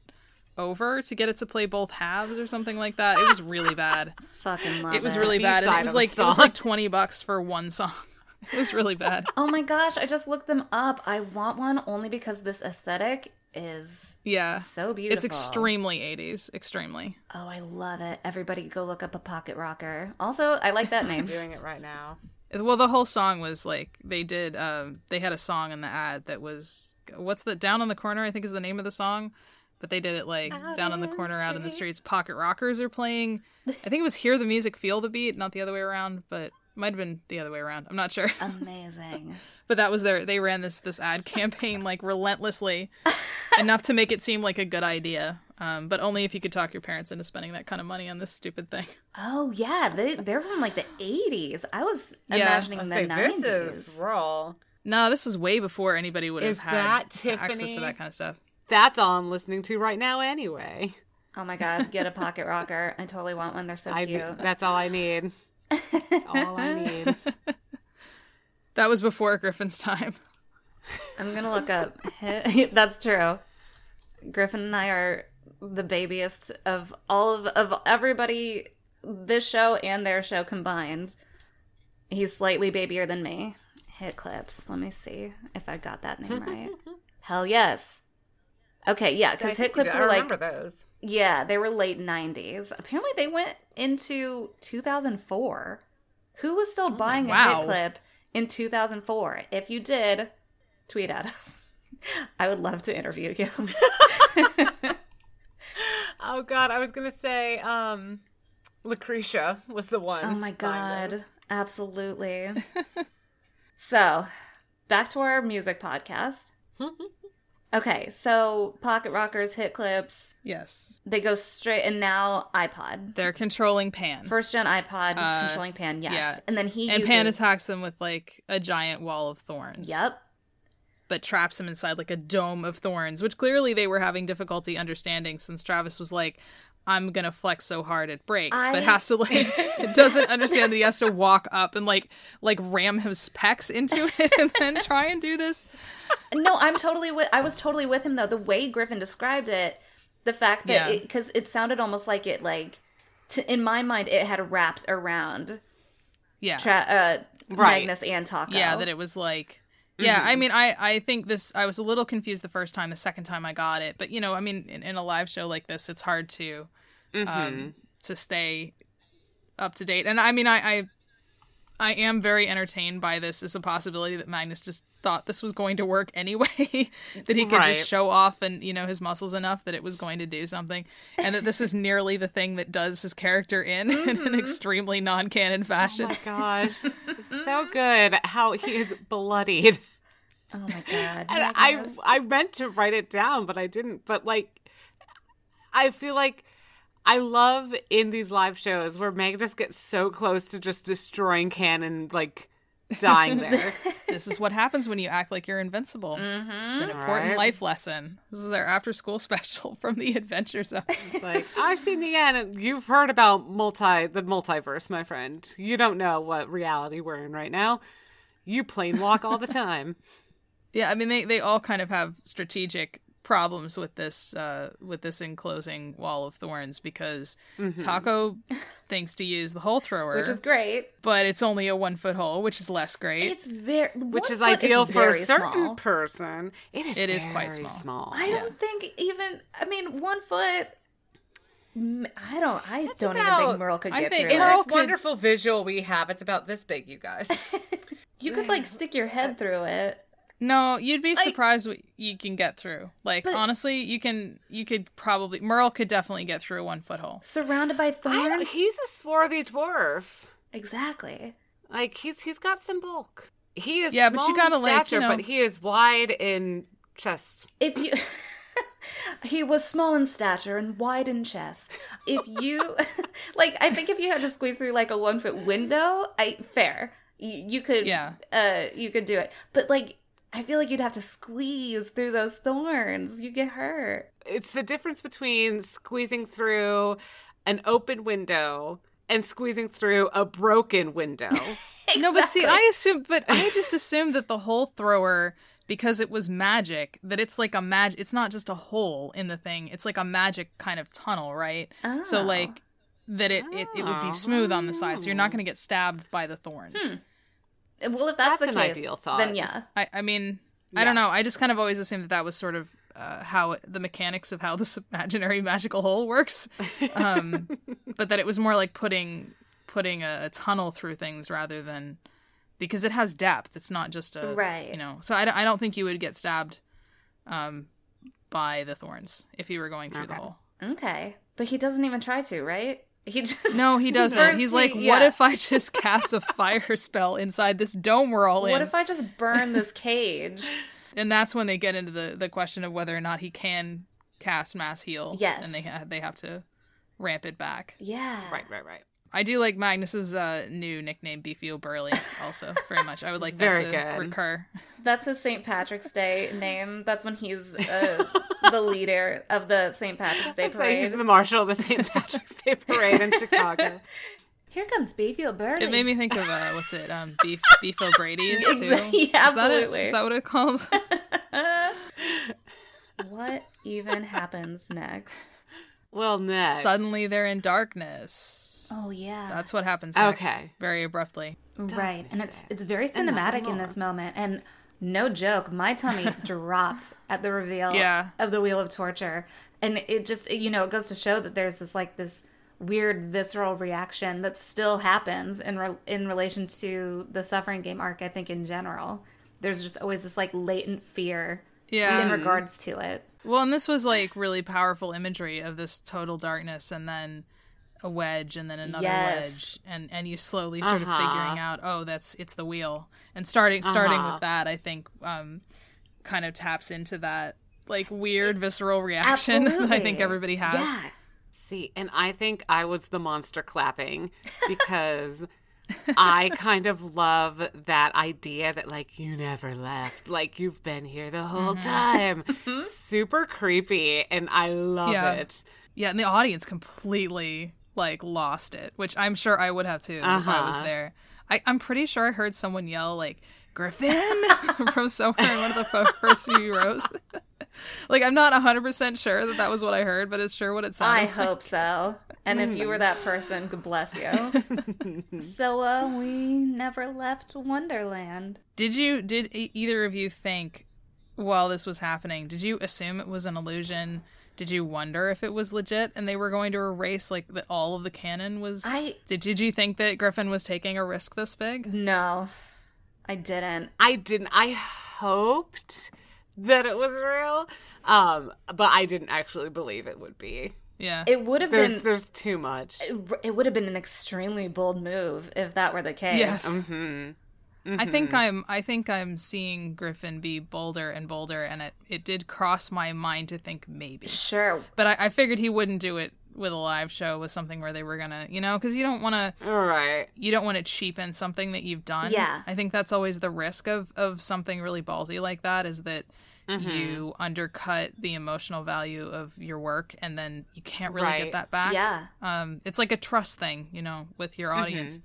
[SPEAKER 3] over to get it to play both halves or something like that it was really bad
[SPEAKER 1] Fucking love
[SPEAKER 3] it was really bad and
[SPEAKER 2] B-side
[SPEAKER 3] it was
[SPEAKER 2] of a
[SPEAKER 3] like it was
[SPEAKER 2] song.
[SPEAKER 3] like 20 bucks for one song it was really bad
[SPEAKER 1] Oh my gosh, I just looked them up. I want one only because this aesthetic is
[SPEAKER 3] Yeah.
[SPEAKER 1] so beautiful.
[SPEAKER 3] It's extremely 80s. Extremely.
[SPEAKER 1] Oh, I love it. Everybody go look up a pocket rocker. Also, I like that name.
[SPEAKER 2] Doing it right now.
[SPEAKER 3] Well, the whole song was like they did. Um, they had a song in the ad that was what's the down on the corner? I think is the name of the song, but they did it like
[SPEAKER 2] Oh,
[SPEAKER 3] down on the corner, out in the streets. Pocket rockers are playing. I think it was hear the music, feel the beat, not the other way around, but might have been the other way around. I'm not sure,
[SPEAKER 1] Amazing.
[SPEAKER 3] but that was their. They ran this this ad campaign like relentlessly, enough to make it seem like a good idea. Um, but only if you could talk your parents into spending that kind of money on this stupid thing.
[SPEAKER 1] Oh yeah, they they're from like the eighties. I was
[SPEAKER 3] Yeah.
[SPEAKER 1] imagining
[SPEAKER 2] Let's
[SPEAKER 1] the
[SPEAKER 2] say
[SPEAKER 1] nineties.
[SPEAKER 2] this is raw.
[SPEAKER 3] No, this was way before anybody would have
[SPEAKER 2] Is
[SPEAKER 3] had
[SPEAKER 2] that
[SPEAKER 3] access
[SPEAKER 2] Tiffany?
[SPEAKER 3] to that kind of stuff.
[SPEAKER 2] That's all I'm listening to right now anyway.
[SPEAKER 1] Oh my god, get a pocket rocker. I totally want one. They're so
[SPEAKER 2] I
[SPEAKER 1] cute.
[SPEAKER 2] that's all I need. That's all I need.
[SPEAKER 3] That was before Griffin's time.
[SPEAKER 1] I'm gonna look up. That's true. Griffin and I are the babiest of all of of everybody. This show and their show combined. He's slightly babier than me. Hit clips. Let me see if I got that name right. Hell yes. Okay, yeah, because hit clips were like
[SPEAKER 2] those.
[SPEAKER 1] Yeah, they were late 90s. Apparently, they went into 2004. Who was still buying a
[SPEAKER 3] Oh wow.
[SPEAKER 1] hit clip in 2004? If you did, tweet at us. I would love to interview you.
[SPEAKER 2] Oh god, I was gonna say um Lucretia was the one.
[SPEAKER 1] oh my
[SPEAKER 2] buying those.
[SPEAKER 1] God. Absolutely. so, back to our music podcast. Okay, so Pocket Rockers, Hit Clips,
[SPEAKER 3] Yes.
[SPEAKER 1] they go straight, and now iPod.
[SPEAKER 3] They're controlling Pan.
[SPEAKER 1] First gen iPod,
[SPEAKER 3] Uh,
[SPEAKER 1] controlling Pan, yes.
[SPEAKER 3] yeah.
[SPEAKER 1] And then he
[SPEAKER 3] and Pan
[SPEAKER 1] uses-
[SPEAKER 3] attacks them with like a giant wall of thorns.
[SPEAKER 1] Yep.
[SPEAKER 3] But traps them inside like a dome of thorns, which clearly they were having difficulty understanding since Travis was like, I'm gonna flex so hard it breaks,
[SPEAKER 1] I-
[SPEAKER 3] but has to like doesn't understand that he has to walk up and like like ram his pecs into it and then try and do this.
[SPEAKER 1] No, I'm totally with. I was totally with him though. The way Griffin described it, the fact
[SPEAKER 3] Yeah.
[SPEAKER 1] that because it, sounded almost like it like, to, in my mind, it had wrapped around
[SPEAKER 3] Yeah.
[SPEAKER 1] tra- uh,
[SPEAKER 2] Right.
[SPEAKER 1] Magnus and Taco.
[SPEAKER 3] yeah that it was like yeah i mean i i think this i was a little confused the first time the second time i got it but you know i mean in, in a live show like this it's hard to um to stay up to date and i mean i i I am very entertained by this. It's a possibility that Magnus just thought this was going to work anyway, that he could
[SPEAKER 2] Right.
[SPEAKER 3] just show off and, you know, his muscles enough that it was going to do something, and that this is nearly the thing that does his character in in an extremely non canon fashion.
[SPEAKER 2] Oh my gosh. It's so good how he is bloodied.
[SPEAKER 1] Oh my god.
[SPEAKER 2] And I
[SPEAKER 1] Magnus.
[SPEAKER 2] I meant to write it down, but I didn't. But like I feel like I love in these live shows where Magnus gets so close to just destroying Can and like dying there.
[SPEAKER 3] this is what happens when you act like you're invincible.
[SPEAKER 2] Mm-hmm.
[SPEAKER 3] It's
[SPEAKER 1] Mm-hmm.
[SPEAKER 3] an important
[SPEAKER 2] Right.
[SPEAKER 3] life lesson. This is our after school special from the Adventure Zone.
[SPEAKER 2] It's like I've seen the end. and You've heard about multi the multiverse, my friend. You don't know what reality we're in right now. You plane walk all the time.
[SPEAKER 3] yeah, I mean they, they all kind of have strategic problems with this uh, with this enclosing wall of thorns because Taco thinks to use the hole thrower,
[SPEAKER 1] Mm-hmm. which is great.
[SPEAKER 3] but it's only a one foot hole, which is less great.
[SPEAKER 1] It's very
[SPEAKER 2] which is ideal for a certain person. It is.
[SPEAKER 3] It is quite
[SPEAKER 2] very small.
[SPEAKER 3] small.
[SPEAKER 1] I don't think even. I mean, one foot. m- I don't. I don't even
[SPEAKER 2] about-
[SPEAKER 1] think Merle could
[SPEAKER 3] I
[SPEAKER 1] get
[SPEAKER 3] think-
[SPEAKER 1] through
[SPEAKER 3] Merle
[SPEAKER 1] it.
[SPEAKER 3] This could- wonderful
[SPEAKER 2] visual we have. It's about this big, you guys.
[SPEAKER 1] You could like stick your head through it.
[SPEAKER 3] No, you'd be surprised what you can get through. Like honestly, you can you could probably Merle could definitely get through a one foot hole.
[SPEAKER 1] Surrounded by thorns.
[SPEAKER 2] he's a swarthy dwarf.
[SPEAKER 1] Exactly.
[SPEAKER 2] Like he's he's got some bulk. He is
[SPEAKER 3] Yeah, but
[SPEAKER 2] small
[SPEAKER 3] you gotta,
[SPEAKER 2] in
[SPEAKER 3] like, you
[SPEAKER 2] stature,
[SPEAKER 3] know-
[SPEAKER 2] but he is wide in chest.
[SPEAKER 1] if you he was small in stature and wide in chest if you like i think if you had to squeeze through like a one foot window i fair you, you could
[SPEAKER 3] Yeah.
[SPEAKER 1] uh you could do it but like i feel like you'd have to squeeze through those thorns you get hurt
[SPEAKER 2] it's the difference between squeezing through an open window and squeezing through a broken window.
[SPEAKER 3] No, but see, I assume, but I just assumed that the hole thrower, because it was magic, that it's like a magic. It's not just a hole in the thing; it's like a magic kind of tunnel, right? So,
[SPEAKER 1] Oh.
[SPEAKER 3] like that, it, it it would
[SPEAKER 2] Oh.
[SPEAKER 3] be smooth on the side, so you're not going to get stabbed by the thorns.
[SPEAKER 1] well if that's,
[SPEAKER 2] That's
[SPEAKER 1] the
[SPEAKER 2] an
[SPEAKER 1] case,
[SPEAKER 2] ideal thought.
[SPEAKER 1] then yeah
[SPEAKER 3] I I mean, I don't
[SPEAKER 2] Yeah.
[SPEAKER 3] know. I just kind of always assumed that that was sort of uh, how the mechanics of how this imaginary magical hole works, um, but that it was more like putting putting a, a tunnel through things rather than because it has depth. It's not just a
[SPEAKER 1] Right.
[SPEAKER 3] you know. So I, don't- I don't think you would get stabbed um, by the thorns if you were going through the
[SPEAKER 2] Okay.
[SPEAKER 3] hole.
[SPEAKER 1] Okay. But he doesn't even try to, right? He just
[SPEAKER 3] No, he doesn't.
[SPEAKER 1] First
[SPEAKER 3] He's
[SPEAKER 1] he-
[SPEAKER 3] like, what
[SPEAKER 1] yeah.
[SPEAKER 3] if I just cast a fire spell inside this dome we're all in?
[SPEAKER 1] What if I just burn this cage?
[SPEAKER 3] and that's when they get into the, the question of whether or not he can cast mass heal.
[SPEAKER 1] Yes.
[SPEAKER 3] and they ha- they have to ramp it back.
[SPEAKER 1] Yeah.
[SPEAKER 2] Right, right, right.
[SPEAKER 3] I do like Magnus's uh, new nickname, Beefy O'Burley, also very much. I would like that
[SPEAKER 2] very
[SPEAKER 3] to
[SPEAKER 2] good.
[SPEAKER 3] recur.
[SPEAKER 1] That's his St. Patrick's Day name. That's when he's uh, the leader of the St. Patrick's Day
[SPEAKER 2] So he's
[SPEAKER 1] parade.
[SPEAKER 2] the marshal of the St. Patrick's Day Parade in Chicago.
[SPEAKER 1] Here comes Baby O'Burley.
[SPEAKER 3] It made me think of uh, what's it? Um, Beef Beef O'Brady's too.
[SPEAKER 1] Exactly.
[SPEAKER 3] Is that it?
[SPEAKER 1] Absolutely.
[SPEAKER 3] Is that what it's called?
[SPEAKER 1] what even happens next?
[SPEAKER 2] Well, next.
[SPEAKER 3] Suddenly they're in darkness.
[SPEAKER 1] Oh yeah.
[SPEAKER 3] That's what happens. Next,
[SPEAKER 2] Okay.
[SPEAKER 3] very abruptly.
[SPEAKER 1] right. And it's it's very cinematic in this moment and no joke, my tummy dropped at the reveal
[SPEAKER 3] Yeah.
[SPEAKER 1] of the wheel of torture. And it just you know, it goes to show that there's this like this weird visceral reaction that still happens in re- in relation to the suffering game arc I think in general. There's just always this like latent fear
[SPEAKER 3] Yeah.
[SPEAKER 1] in regards to it.
[SPEAKER 3] Well, and this was like really powerful imagery of this total darkness and then a wedge and then another
[SPEAKER 1] Yes.
[SPEAKER 3] wedge and and you slowly sort
[SPEAKER 2] Uh-huh.
[SPEAKER 3] of figuring out oh that's it's the wheel and starting starting
[SPEAKER 2] Uh-huh.
[SPEAKER 3] with that I think um kind of taps into that like weird visceral reaction that I think
[SPEAKER 1] Absolutely.
[SPEAKER 3] everybody has.
[SPEAKER 1] Yeah.
[SPEAKER 2] See, and I think I was the monster clapping because I kind of love that idea that, like, you never left. Like, you've been here the whole time. Super creepy, and I love
[SPEAKER 3] Yeah.
[SPEAKER 2] it.
[SPEAKER 3] Yeah, and the audience completely like lost it, which I'm sure I would have too if I was
[SPEAKER 2] Uh-huh.
[SPEAKER 3] there. I, I'm pretty sure I heard someone yell like "Griffin" from somewhere in one of the fo- first few rows. like I'm not 100 percent sure that that was what I heard, but it's sure what it
[SPEAKER 1] I
[SPEAKER 3] sounded.
[SPEAKER 1] hope so. And if you were that person, God bless you. so uh, we never left Wonderland.
[SPEAKER 3] Did you? Did e- either of you think while this was happening? Did you assume it was an illusion? Did you wonder if it was legit and they were going to erase like that all of the canon was?
[SPEAKER 1] I-
[SPEAKER 3] did. Did you think that Griffin was taking a risk this big?
[SPEAKER 1] No, I didn't.
[SPEAKER 2] I didn't. I hoped that it was real, um, but I didn't actually believe it would be.
[SPEAKER 3] Yeah.
[SPEAKER 1] It would have
[SPEAKER 2] There's,
[SPEAKER 1] been
[SPEAKER 2] there's too much.
[SPEAKER 1] it would have been an extremely bold move if that were the case.
[SPEAKER 3] Yes.
[SPEAKER 2] hmm
[SPEAKER 1] Mm-hmm.
[SPEAKER 3] I think I'm I think I'm seeing Griffin be bolder and bolder and it, it did cross my mind to think maybe.
[SPEAKER 1] Sure.
[SPEAKER 3] But I, I figured he wouldn't do it with a live show with something where they were gonna you know, because you don't wanna
[SPEAKER 2] All right.
[SPEAKER 3] you don't wanna cheapen something that you've done.
[SPEAKER 1] Yeah.
[SPEAKER 3] I think that's always the risk of, of something really ballsy like that is that
[SPEAKER 1] Mm-hmm.
[SPEAKER 3] you undercut the emotional value of your work and then you can't really get
[SPEAKER 2] Right.
[SPEAKER 3] that back.
[SPEAKER 1] Yeah.
[SPEAKER 3] Um it's like a trust thing, you know, with
[SPEAKER 2] Mm-hmm.
[SPEAKER 3] your audience.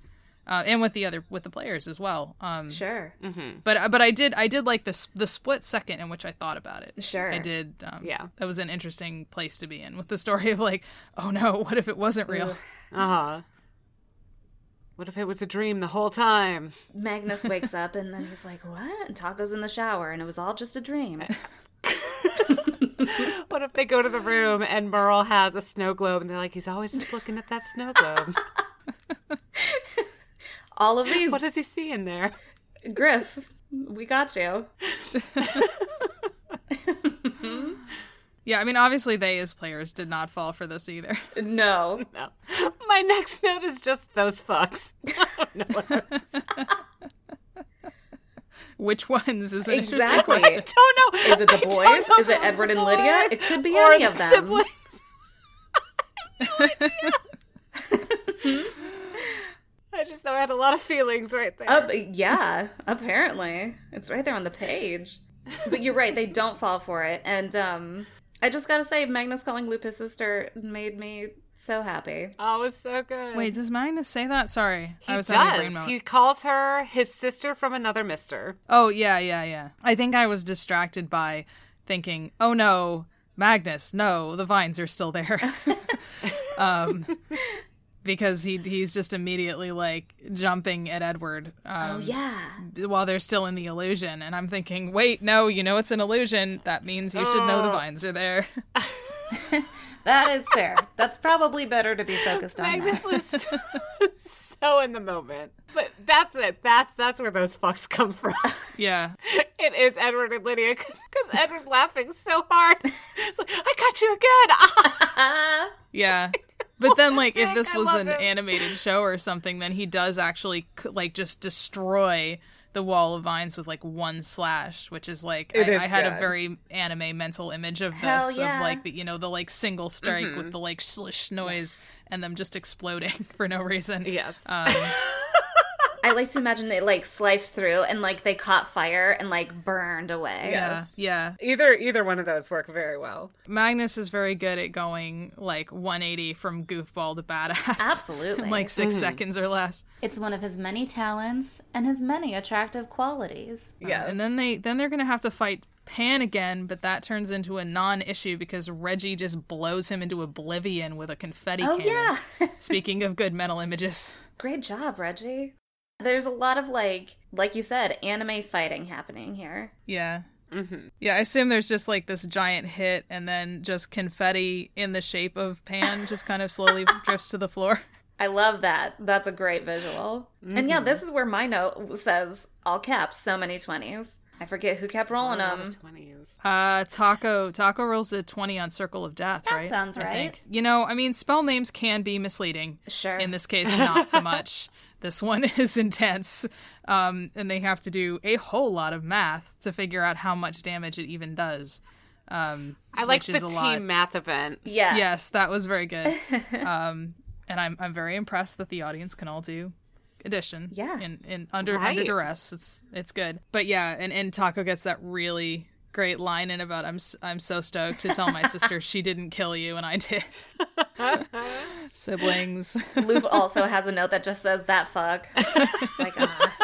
[SPEAKER 3] Uh, and with the other with the players as well. Um
[SPEAKER 2] Mm.
[SPEAKER 1] Sure.
[SPEAKER 3] but but I did I did like this the split second in which I thought about it.
[SPEAKER 1] Sure.
[SPEAKER 3] I did. Um,
[SPEAKER 2] Yeah.
[SPEAKER 3] that was an interesting place to be in with the story of like, oh no, what if it wasn't real?
[SPEAKER 2] Uh huh. What if it was a dream the whole time?
[SPEAKER 1] Magnus wakes up and then he's like, "What?" And Taco's in the shower and it was all just a dream.
[SPEAKER 2] What if they go to the room and Merle has a snow globe and they're like, he's always just looking at that snow globe.
[SPEAKER 1] All of these,
[SPEAKER 2] what does he see in there?
[SPEAKER 1] Griff, we got you.
[SPEAKER 3] Yeah, I mean, obviously they as players did not fall for this either.
[SPEAKER 1] No.
[SPEAKER 2] No. My next note is just those fucks. I don't know what else.
[SPEAKER 3] Which ones is an interesting
[SPEAKER 1] Exactly.
[SPEAKER 3] question.
[SPEAKER 2] I don't know.
[SPEAKER 1] Is it the
[SPEAKER 2] I don't
[SPEAKER 1] boys?
[SPEAKER 2] know
[SPEAKER 1] Is it
[SPEAKER 2] if
[SPEAKER 1] Edward
[SPEAKER 2] the
[SPEAKER 1] and Lydia?
[SPEAKER 2] boys
[SPEAKER 1] It could be
[SPEAKER 2] or
[SPEAKER 1] any of
[SPEAKER 2] the
[SPEAKER 1] them.
[SPEAKER 2] Siblings. I have no idea. I just know I had a lot of feelings right there.
[SPEAKER 1] Uh, yeah, apparently. It's right there on the page. But you're right, they don't fall for it. And um I just gotta say, Magnus calling Lupe his sister made me so happy.
[SPEAKER 2] oh, it was so good.
[SPEAKER 3] Wait, does Magnus say that? Sorry,
[SPEAKER 2] he
[SPEAKER 3] I was having a brain
[SPEAKER 2] does.
[SPEAKER 3] melt.
[SPEAKER 2] He calls her his sister from another mister.
[SPEAKER 3] Oh yeah, yeah, yeah. I think I was distracted by thinking, oh no, Magnus, no, the vines are still there. um, because he he's just immediately like jumping at Edward. Um,
[SPEAKER 1] oh yeah.
[SPEAKER 3] While they're still in the illusion, and I'm thinking, wait, no, you know it's an illusion. That means you should know the
[SPEAKER 2] Ugh.
[SPEAKER 3] vines are there.
[SPEAKER 1] That is fair. That's probably better to be focused on.
[SPEAKER 2] Magnus
[SPEAKER 1] That.
[SPEAKER 2] was so, so in the moment. But that's it. That's that's where those fucks come from.
[SPEAKER 3] yeah,
[SPEAKER 2] It is Edward and Lydia because Edward laughing so hard. It's like I got you again. Ah.
[SPEAKER 3] yeah. But then, like, if
[SPEAKER 2] Dick,
[SPEAKER 3] this
[SPEAKER 2] I
[SPEAKER 3] was
[SPEAKER 2] love
[SPEAKER 3] an
[SPEAKER 2] him.
[SPEAKER 3] animated show or something, then he does actually c- like just destroy the wall of vines with like one slash, which is like I,
[SPEAKER 2] It is
[SPEAKER 3] I had a
[SPEAKER 2] good.
[SPEAKER 3] very anime mental image of
[SPEAKER 1] Hell
[SPEAKER 3] this
[SPEAKER 1] yeah.
[SPEAKER 3] of like the, you know the like single strike
[SPEAKER 2] Mm-hmm.
[SPEAKER 3] with the like slish noise and them just exploding for no reason.
[SPEAKER 2] Yes.
[SPEAKER 3] Um,
[SPEAKER 1] I like to imagine they like sliced through and like they caught fire and like burned away.
[SPEAKER 2] Yeah.
[SPEAKER 3] yeah,
[SPEAKER 2] Yes.
[SPEAKER 3] yeah.
[SPEAKER 2] Either either one of those work very well.
[SPEAKER 3] Magnus is very good at going like 180 from goofball to badass.
[SPEAKER 1] Absolutely.
[SPEAKER 3] in like
[SPEAKER 2] Mm-hmm.
[SPEAKER 3] 6 seconds or less.
[SPEAKER 1] It's one of his many talents and his many attractive qualities.
[SPEAKER 2] Yes.
[SPEAKER 3] Um, And then they then they're gonna have to fight Pan again, but that turns into a non-issue because Reggie just blows him into oblivion with a confetti
[SPEAKER 1] Oh,
[SPEAKER 3] cannon.
[SPEAKER 1] yeah.
[SPEAKER 3] Speaking of good mental images,
[SPEAKER 1] Great job, Reggie. There's a lot of like, like you said, anime fighting happening here.
[SPEAKER 3] yeah.
[SPEAKER 1] Mm-hmm.
[SPEAKER 3] Yeah, I assume there's just like this giant hit, and then just confetti in the shape of Pan just kind of slowly drifts to the floor.
[SPEAKER 1] I love that. That's a great visual. And yeah,
[SPEAKER 3] Mm-hmm.
[SPEAKER 1] this is where my note says all caps, so many 20s. I forget who kept rolling them.
[SPEAKER 2] Twenties.
[SPEAKER 3] Uh, Taco Taco rolls a twenty on Circle of Death, right?
[SPEAKER 1] sounds
[SPEAKER 3] I
[SPEAKER 1] right.
[SPEAKER 3] think. You know, I mean, spell names can be misleading.
[SPEAKER 1] Sure.
[SPEAKER 3] In this case, not so much. This one is intense, um, and they have to do a whole lot of math to figure out how much damage it even does. Um,
[SPEAKER 2] I like
[SPEAKER 3] which
[SPEAKER 2] the
[SPEAKER 3] is a lot.
[SPEAKER 2] team math event.
[SPEAKER 1] Yeah.
[SPEAKER 3] Yes, that was very good. um, and I'm I'm very impressed that the audience can all do addition.
[SPEAKER 1] Yeah.
[SPEAKER 3] In in under under
[SPEAKER 2] Right.
[SPEAKER 3] duress, it's it's good. But yeah, and and Taco gets that really great line in about I'm s- I'm so stoked to tell my sister she didn't kill you and I did. Siblings.
[SPEAKER 1] Loop also has a note that just says that fuck. Just like, ah.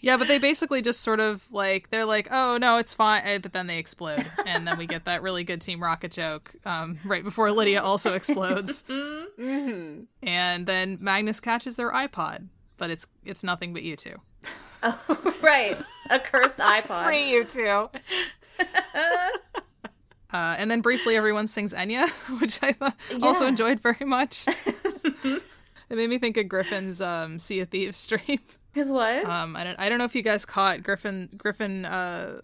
[SPEAKER 3] yeah, but they basically just sort of like they're like, oh no, it's fine, eh, but then they explode, and then we get that really good Team Rocket joke um, right before Lydia also explodes.
[SPEAKER 2] Mm-hmm.
[SPEAKER 3] and then Magnus catches their iPod, but it's it's nothing but you two.
[SPEAKER 1] Oh, right. A cursed iPod.
[SPEAKER 2] Free you two.
[SPEAKER 3] Uh, and then briefly, everyone sings Enya, which I thought also
[SPEAKER 1] Yeah.
[SPEAKER 3] enjoyed very much. it made me think of Griffin's um, Sea of Thieves stream.
[SPEAKER 1] His what?
[SPEAKER 3] Um, I don't I don't know if you guys caught Griffin Griffin. Uh,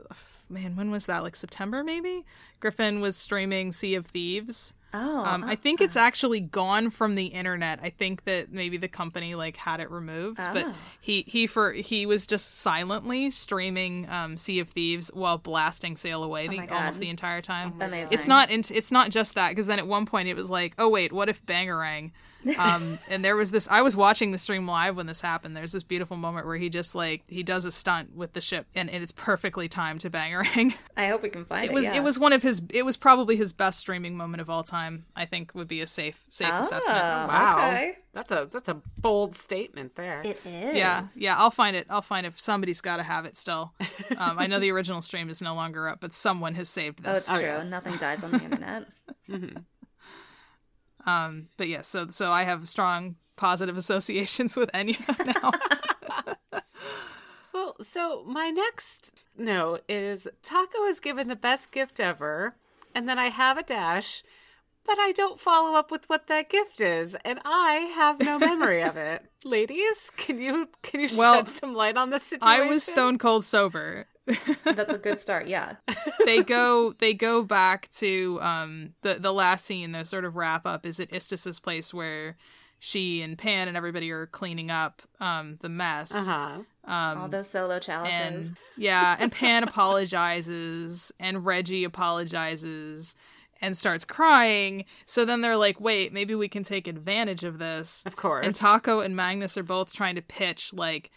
[SPEAKER 3] man, when was that? Like September maybe? Griffin was streaming Sea of Thieves.
[SPEAKER 1] oh.
[SPEAKER 3] Um, I think it's actually gone from the internet. I think that maybe the company like had it removed, but
[SPEAKER 1] Oh.
[SPEAKER 3] he he for he was just silently streaming um, Sea of Thieves while blasting Sail Away the,
[SPEAKER 1] Oh my God.
[SPEAKER 3] almost the entire time.
[SPEAKER 1] Amazing.
[SPEAKER 3] It's not in, it's not just that because then at one point it was like, oh wait, what if Bangarang? Um, and there was this. I was watching the stream live when this happened. There's this beautiful moment where he just like he does a stunt with the ship, and, and it's perfectly timed to Bangarang.
[SPEAKER 1] I hope we can find it.
[SPEAKER 3] It was
[SPEAKER 1] yeah.
[SPEAKER 3] it was one of his it was probably his best streaming moment of all time. I think would be a safe safe
[SPEAKER 1] Oh,
[SPEAKER 3] assessment.
[SPEAKER 2] Wow.
[SPEAKER 1] Okay.
[SPEAKER 2] That's a that's a bold statement there.
[SPEAKER 1] It is.
[SPEAKER 3] Yeah, yeah, I'll find it. I'll find it. Somebody's got to have it still. Um, I know the original stream is no longer up, but someone has saved
[SPEAKER 1] Oh, it's
[SPEAKER 3] this.
[SPEAKER 1] true.
[SPEAKER 2] yes.
[SPEAKER 1] Nothing dies on the internet.
[SPEAKER 3] um, but yeah, so so I have strong positive associations with Enya now.
[SPEAKER 2] Well, so my next note is Taco is given the best gift ever, and then I have a dash, but I don't follow up with what that gift is, and I have no memory of it. Ladies, can you can you
[SPEAKER 3] Well,
[SPEAKER 2] shed some light on this situation?
[SPEAKER 3] I was stone cold sober.
[SPEAKER 1] That's a good start. Yeah.
[SPEAKER 3] they go they go back to um the the last scene the sort of wrap up is at Istis's place where she and Pan and everybody are cleaning up um the mess
[SPEAKER 2] Uh huh.
[SPEAKER 3] um
[SPEAKER 1] All those solo chalices.
[SPEAKER 3] and yeah and Pan apologizes and Reggie apologizes and starts crying so then they're like wait maybe we can take advantage of this
[SPEAKER 2] Of course.
[SPEAKER 3] and Taco and Magnus are both trying to pitch like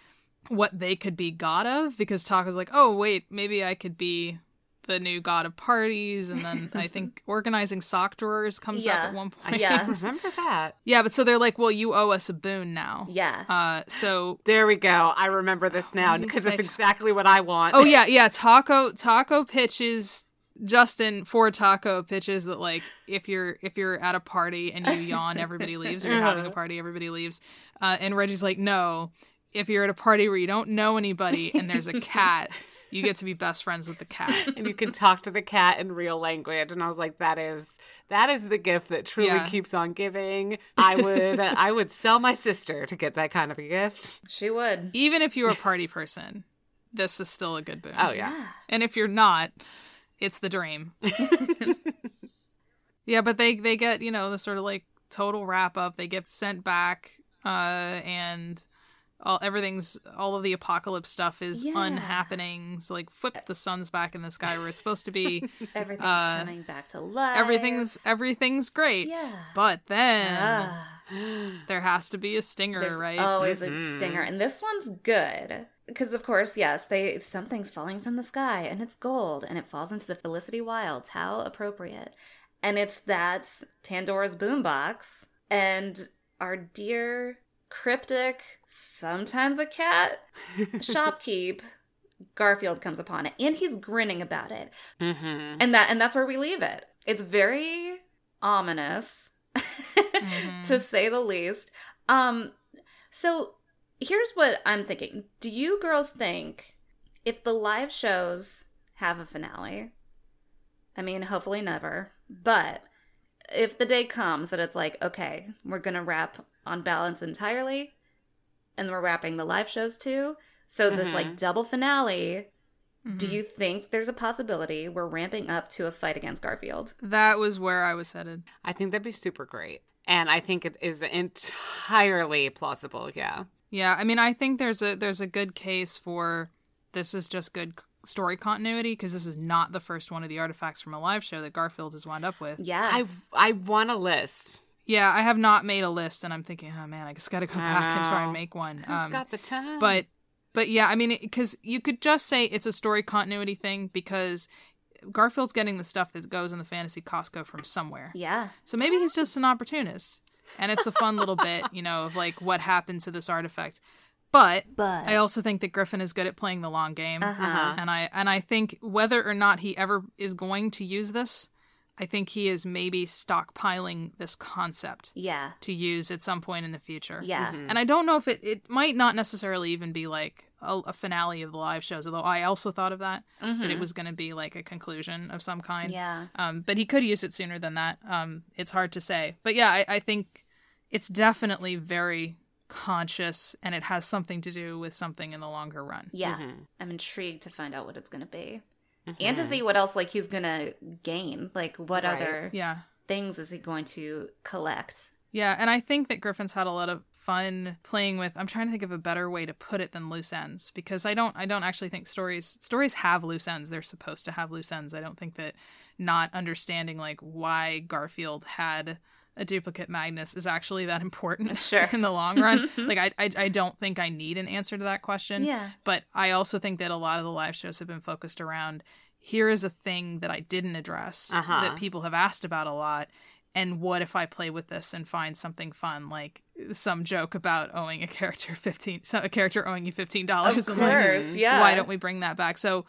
[SPEAKER 3] what they could be god of because Taco's like, "Oh, wait, maybe I could be the new god of parties." And then I think organizing sock drawers comes up
[SPEAKER 1] Yeah.
[SPEAKER 3] at one point.
[SPEAKER 2] I
[SPEAKER 1] Yeah.
[SPEAKER 2] remember that.
[SPEAKER 3] Yeah, but so they're like, "Well, you owe us a boon now."
[SPEAKER 1] yeah.
[SPEAKER 3] Uh so
[SPEAKER 2] There we go. I remember this now
[SPEAKER 3] do you
[SPEAKER 2] because it's
[SPEAKER 3] say?
[SPEAKER 2] exactly what I want.
[SPEAKER 3] Oh yeah, yeah, Taco Taco pitches Justin for Taco pitches that like if you're if you're at a party and you yawn, everybody leaves. Or you're having a party, everybody leaves. Uh, and Reggie's like, no. If you're at a party where you don't know anybody and there's a cat, you get to be best friends with the cat.
[SPEAKER 2] and you can talk to the cat in real language and i was like that is that is the gift that truly
[SPEAKER 3] Yeah.
[SPEAKER 2] keeps on giving i would i would sell my sister to get that kind of a gift
[SPEAKER 1] She would.
[SPEAKER 3] Even if you're a party person, this is still a good boon.
[SPEAKER 2] oh yeah
[SPEAKER 3] And if you're not, it's the dream. yeah, but they they get, you know, the sort of like total wrap up. They get sent back uh and all everything's all of the apocalypse stuff is
[SPEAKER 1] Yeah.
[SPEAKER 3] unhappening. So like flip the sun's back in the sky where it's supposed to be.
[SPEAKER 1] Everything's
[SPEAKER 3] Uh,
[SPEAKER 1] coming back to life.
[SPEAKER 3] everything's everything's great.
[SPEAKER 1] yeah.
[SPEAKER 3] But then
[SPEAKER 1] Ah,
[SPEAKER 3] there has to be a stinger,
[SPEAKER 1] there's oh,
[SPEAKER 3] right? Mm-hmm.
[SPEAKER 1] always
[SPEAKER 2] Mhm.
[SPEAKER 1] a stinger, and this one's good because, of course, yes, they something's falling from the sky, and it's gold, and it falls into the Felicity Wilds. How appropriate! And it's that Pandora's boombox, and our dear cryptic, sometimes a cat shopkeep. Garfield comes upon it, and he's grinning about it.
[SPEAKER 2] mm-hmm.
[SPEAKER 1] and that and that's where we leave it it's very ominous
[SPEAKER 3] Mhm.
[SPEAKER 1] to say the least um so here's what i'm thinking do you girls think if the live shows have a finale i mean hopefully never but if the day comes that it's like okay we're gonna wrap on balance entirely and we're wrapping the live shows too so this
[SPEAKER 2] Mhm.
[SPEAKER 1] like double finale do
[SPEAKER 3] Mhm.
[SPEAKER 1] you think there's a possibility we're ramping up to a fight against Garfield?
[SPEAKER 3] That was where I was headed.
[SPEAKER 2] i think that'd be super great and i think it is entirely plausible yeah
[SPEAKER 3] Yeah, I mean, I think there's a there's a good case for this is just good c- story continuity because this is not the first one of the artifacts from a live show that Garfield has wound up with.
[SPEAKER 1] Yeah.
[SPEAKER 2] i i want a list
[SPEAKER 3] Yeah, I have not made a list, and I'm thinking, oh man, I just got to go back and try and make one.
[SPEAKER 2] Who's
[SPEAKER 3] Um,
[SPEAKER 2] got the time
[SPEAKER 3] but but yeah, I mean, because you could just say it's a story continuity thing because Garfield's getting the stuff that goes in the fantasy Costco from somewhere.
[SPEAKER 1] yeah.
[SPEAKER 3] So maybe he's just an opportunist, and it's a fun little bit, you know, of like what happened to this artifact. But
[SPEAKER 1] But
[SPEAKER 3] I also think that Griffin is good at playing the long game,
[SPEAKER 1] Uh-huh.
[SPEAKER 2] Uh-huh.
[SPEAKER 3] and I and I think whether or not he ever is going to use this, I think he is maybe stockpiling this concept
[SPEAKER 1] yeah.
[SPEAKER 3] to use at some point in the future.
[SPEAKER 1] Yeah. Um,
[SPEAKER 2] Mhm.
[SPEAKER 3] And I don't know if it, it might not necessarily even be like a, a finale of the live shows, although I also thought of that, that it
[SPEAKER 1] Mhm.
[SPEAKER 3] was going to be like a conclusion of some kind.
[SPEAKER 1] Yeah.
[SPEAKER 3] Um, but he could use it sooner than that. Um, it's hard to say. But yeah, I, I think it's definitely very conscious and it has something to do with something in the longer run.
[SPEAKER 1] Yeah.
[SPEAKER 2] Mhm.
[SPEAKER 1] I'm intrigued to find out what it's going to be and to
[SPEAKER 2] Mhm.
[SPEAKER 1] see what else like he's going to gain. Like what
[SPEAKER 2] Right.
[SPEAKER 1] other
[SPEAKER 3] Yeah.
[SPEAKER 1] things is he going to collect?
[SPEAKER 3] Yeah. And I think that Griffin's had a lot of fun playing with I'm trying to think of a better way to put it than loose ends because I don't I don't actually think stories stories have loose ends. They're supposed to have loose ends. I don't think that not understanding like why Garfield had a duplicate Magnus is actually that important
[SPEAKER 1] Sure.
[SPEAKER 3] in the long run. like I, I I don't think I need an answer to that question.
[SPEAKER 1] Yeah.
[SPEAKER 3] But I also think that a lot of the live shows have been focused around here is a thing that I didn't address
[SPEAKER 2] Uh-huh.
[SPEAKER 3] that people have asked about a lot. And what if I play with this and find something fun, like some joke about owing a character fifteen, so a character owing you fifteen
[SPEAKER 1] Of
[SPEAKER 3] dollars,
[SPEAKER 1] course.
[SPEAKER 3] and like,
[SPEAKER 2] Mhm.
[SPEAKER 1] Yeah.
[SPEAKER 3] why don't we bring that back? So,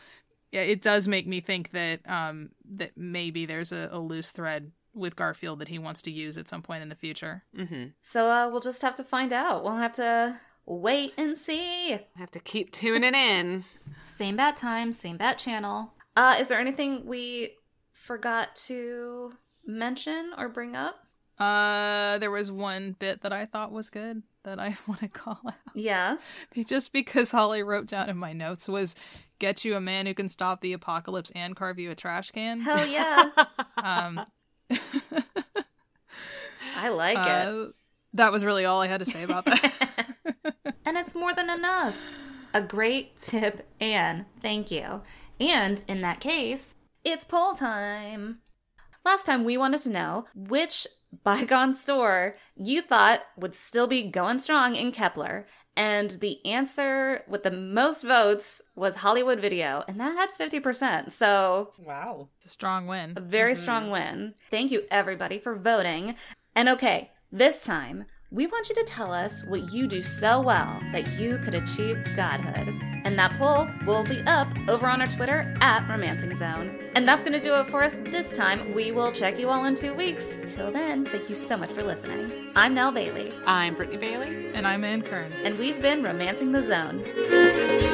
[SPEAKER 3] yeah, it does make me think that um that maybe there's a, a loose thread with Garfield that he wants to use at some point in the future.
[SPEAKER 2] Mhm.
[SPEAKER 1] So uh, we'll just have to find out. We'll have to wait and see.
[SPEAKER 2] I have to keep tuning in
[SPEAKER 1] Same bat time, same bat channel. Uh is there anything we forgot to mention or bring up?
[SPEAKER 3] Uh, there was one bit that I thought was good that I want to call out.
[SPEAKER 1] Yeah.
[SPEAKER 3] just because all I wrote down in my notes was get you a man who can stop the apocalypse and carve you a trash can.
[SPEAKER 1] Hell yeah.
[SPEAKER 3] Um,
[SPEAKER 1] I like it.
[SPEAKER 3] uh, that was really all I had to say about that.
[SPEAKER 1] And it's more than enough. A great tip, Anne. Thank you. And in that case, it's poll time. Last time we wanted to know which bygone store you thought would still be going strong in Kepler. And the answer with the most votes was Hollywood Video, and that had 50%. So
[SPEAKER 4] Wow.
[SPEAKER 3] it's a strong win.
[SPEAKER 1] a very strong win. Thank you, everybody, for voting. And okay, this time, we want you to tell us what you do so well that you could achieve godhood. And that poll will be up over on our Twitter at Romancing Zone. And that's going to do it for us this time. We will check you all in two weeks. Till then, thank you so much for listening. I'm Nell Bailey,
[SPEAKER 2] I'm Brittany Bailey.
[SPEAKER 3] And I'm Ann Kern.
[SPEAKER 1] and we've been Romancing the Zone.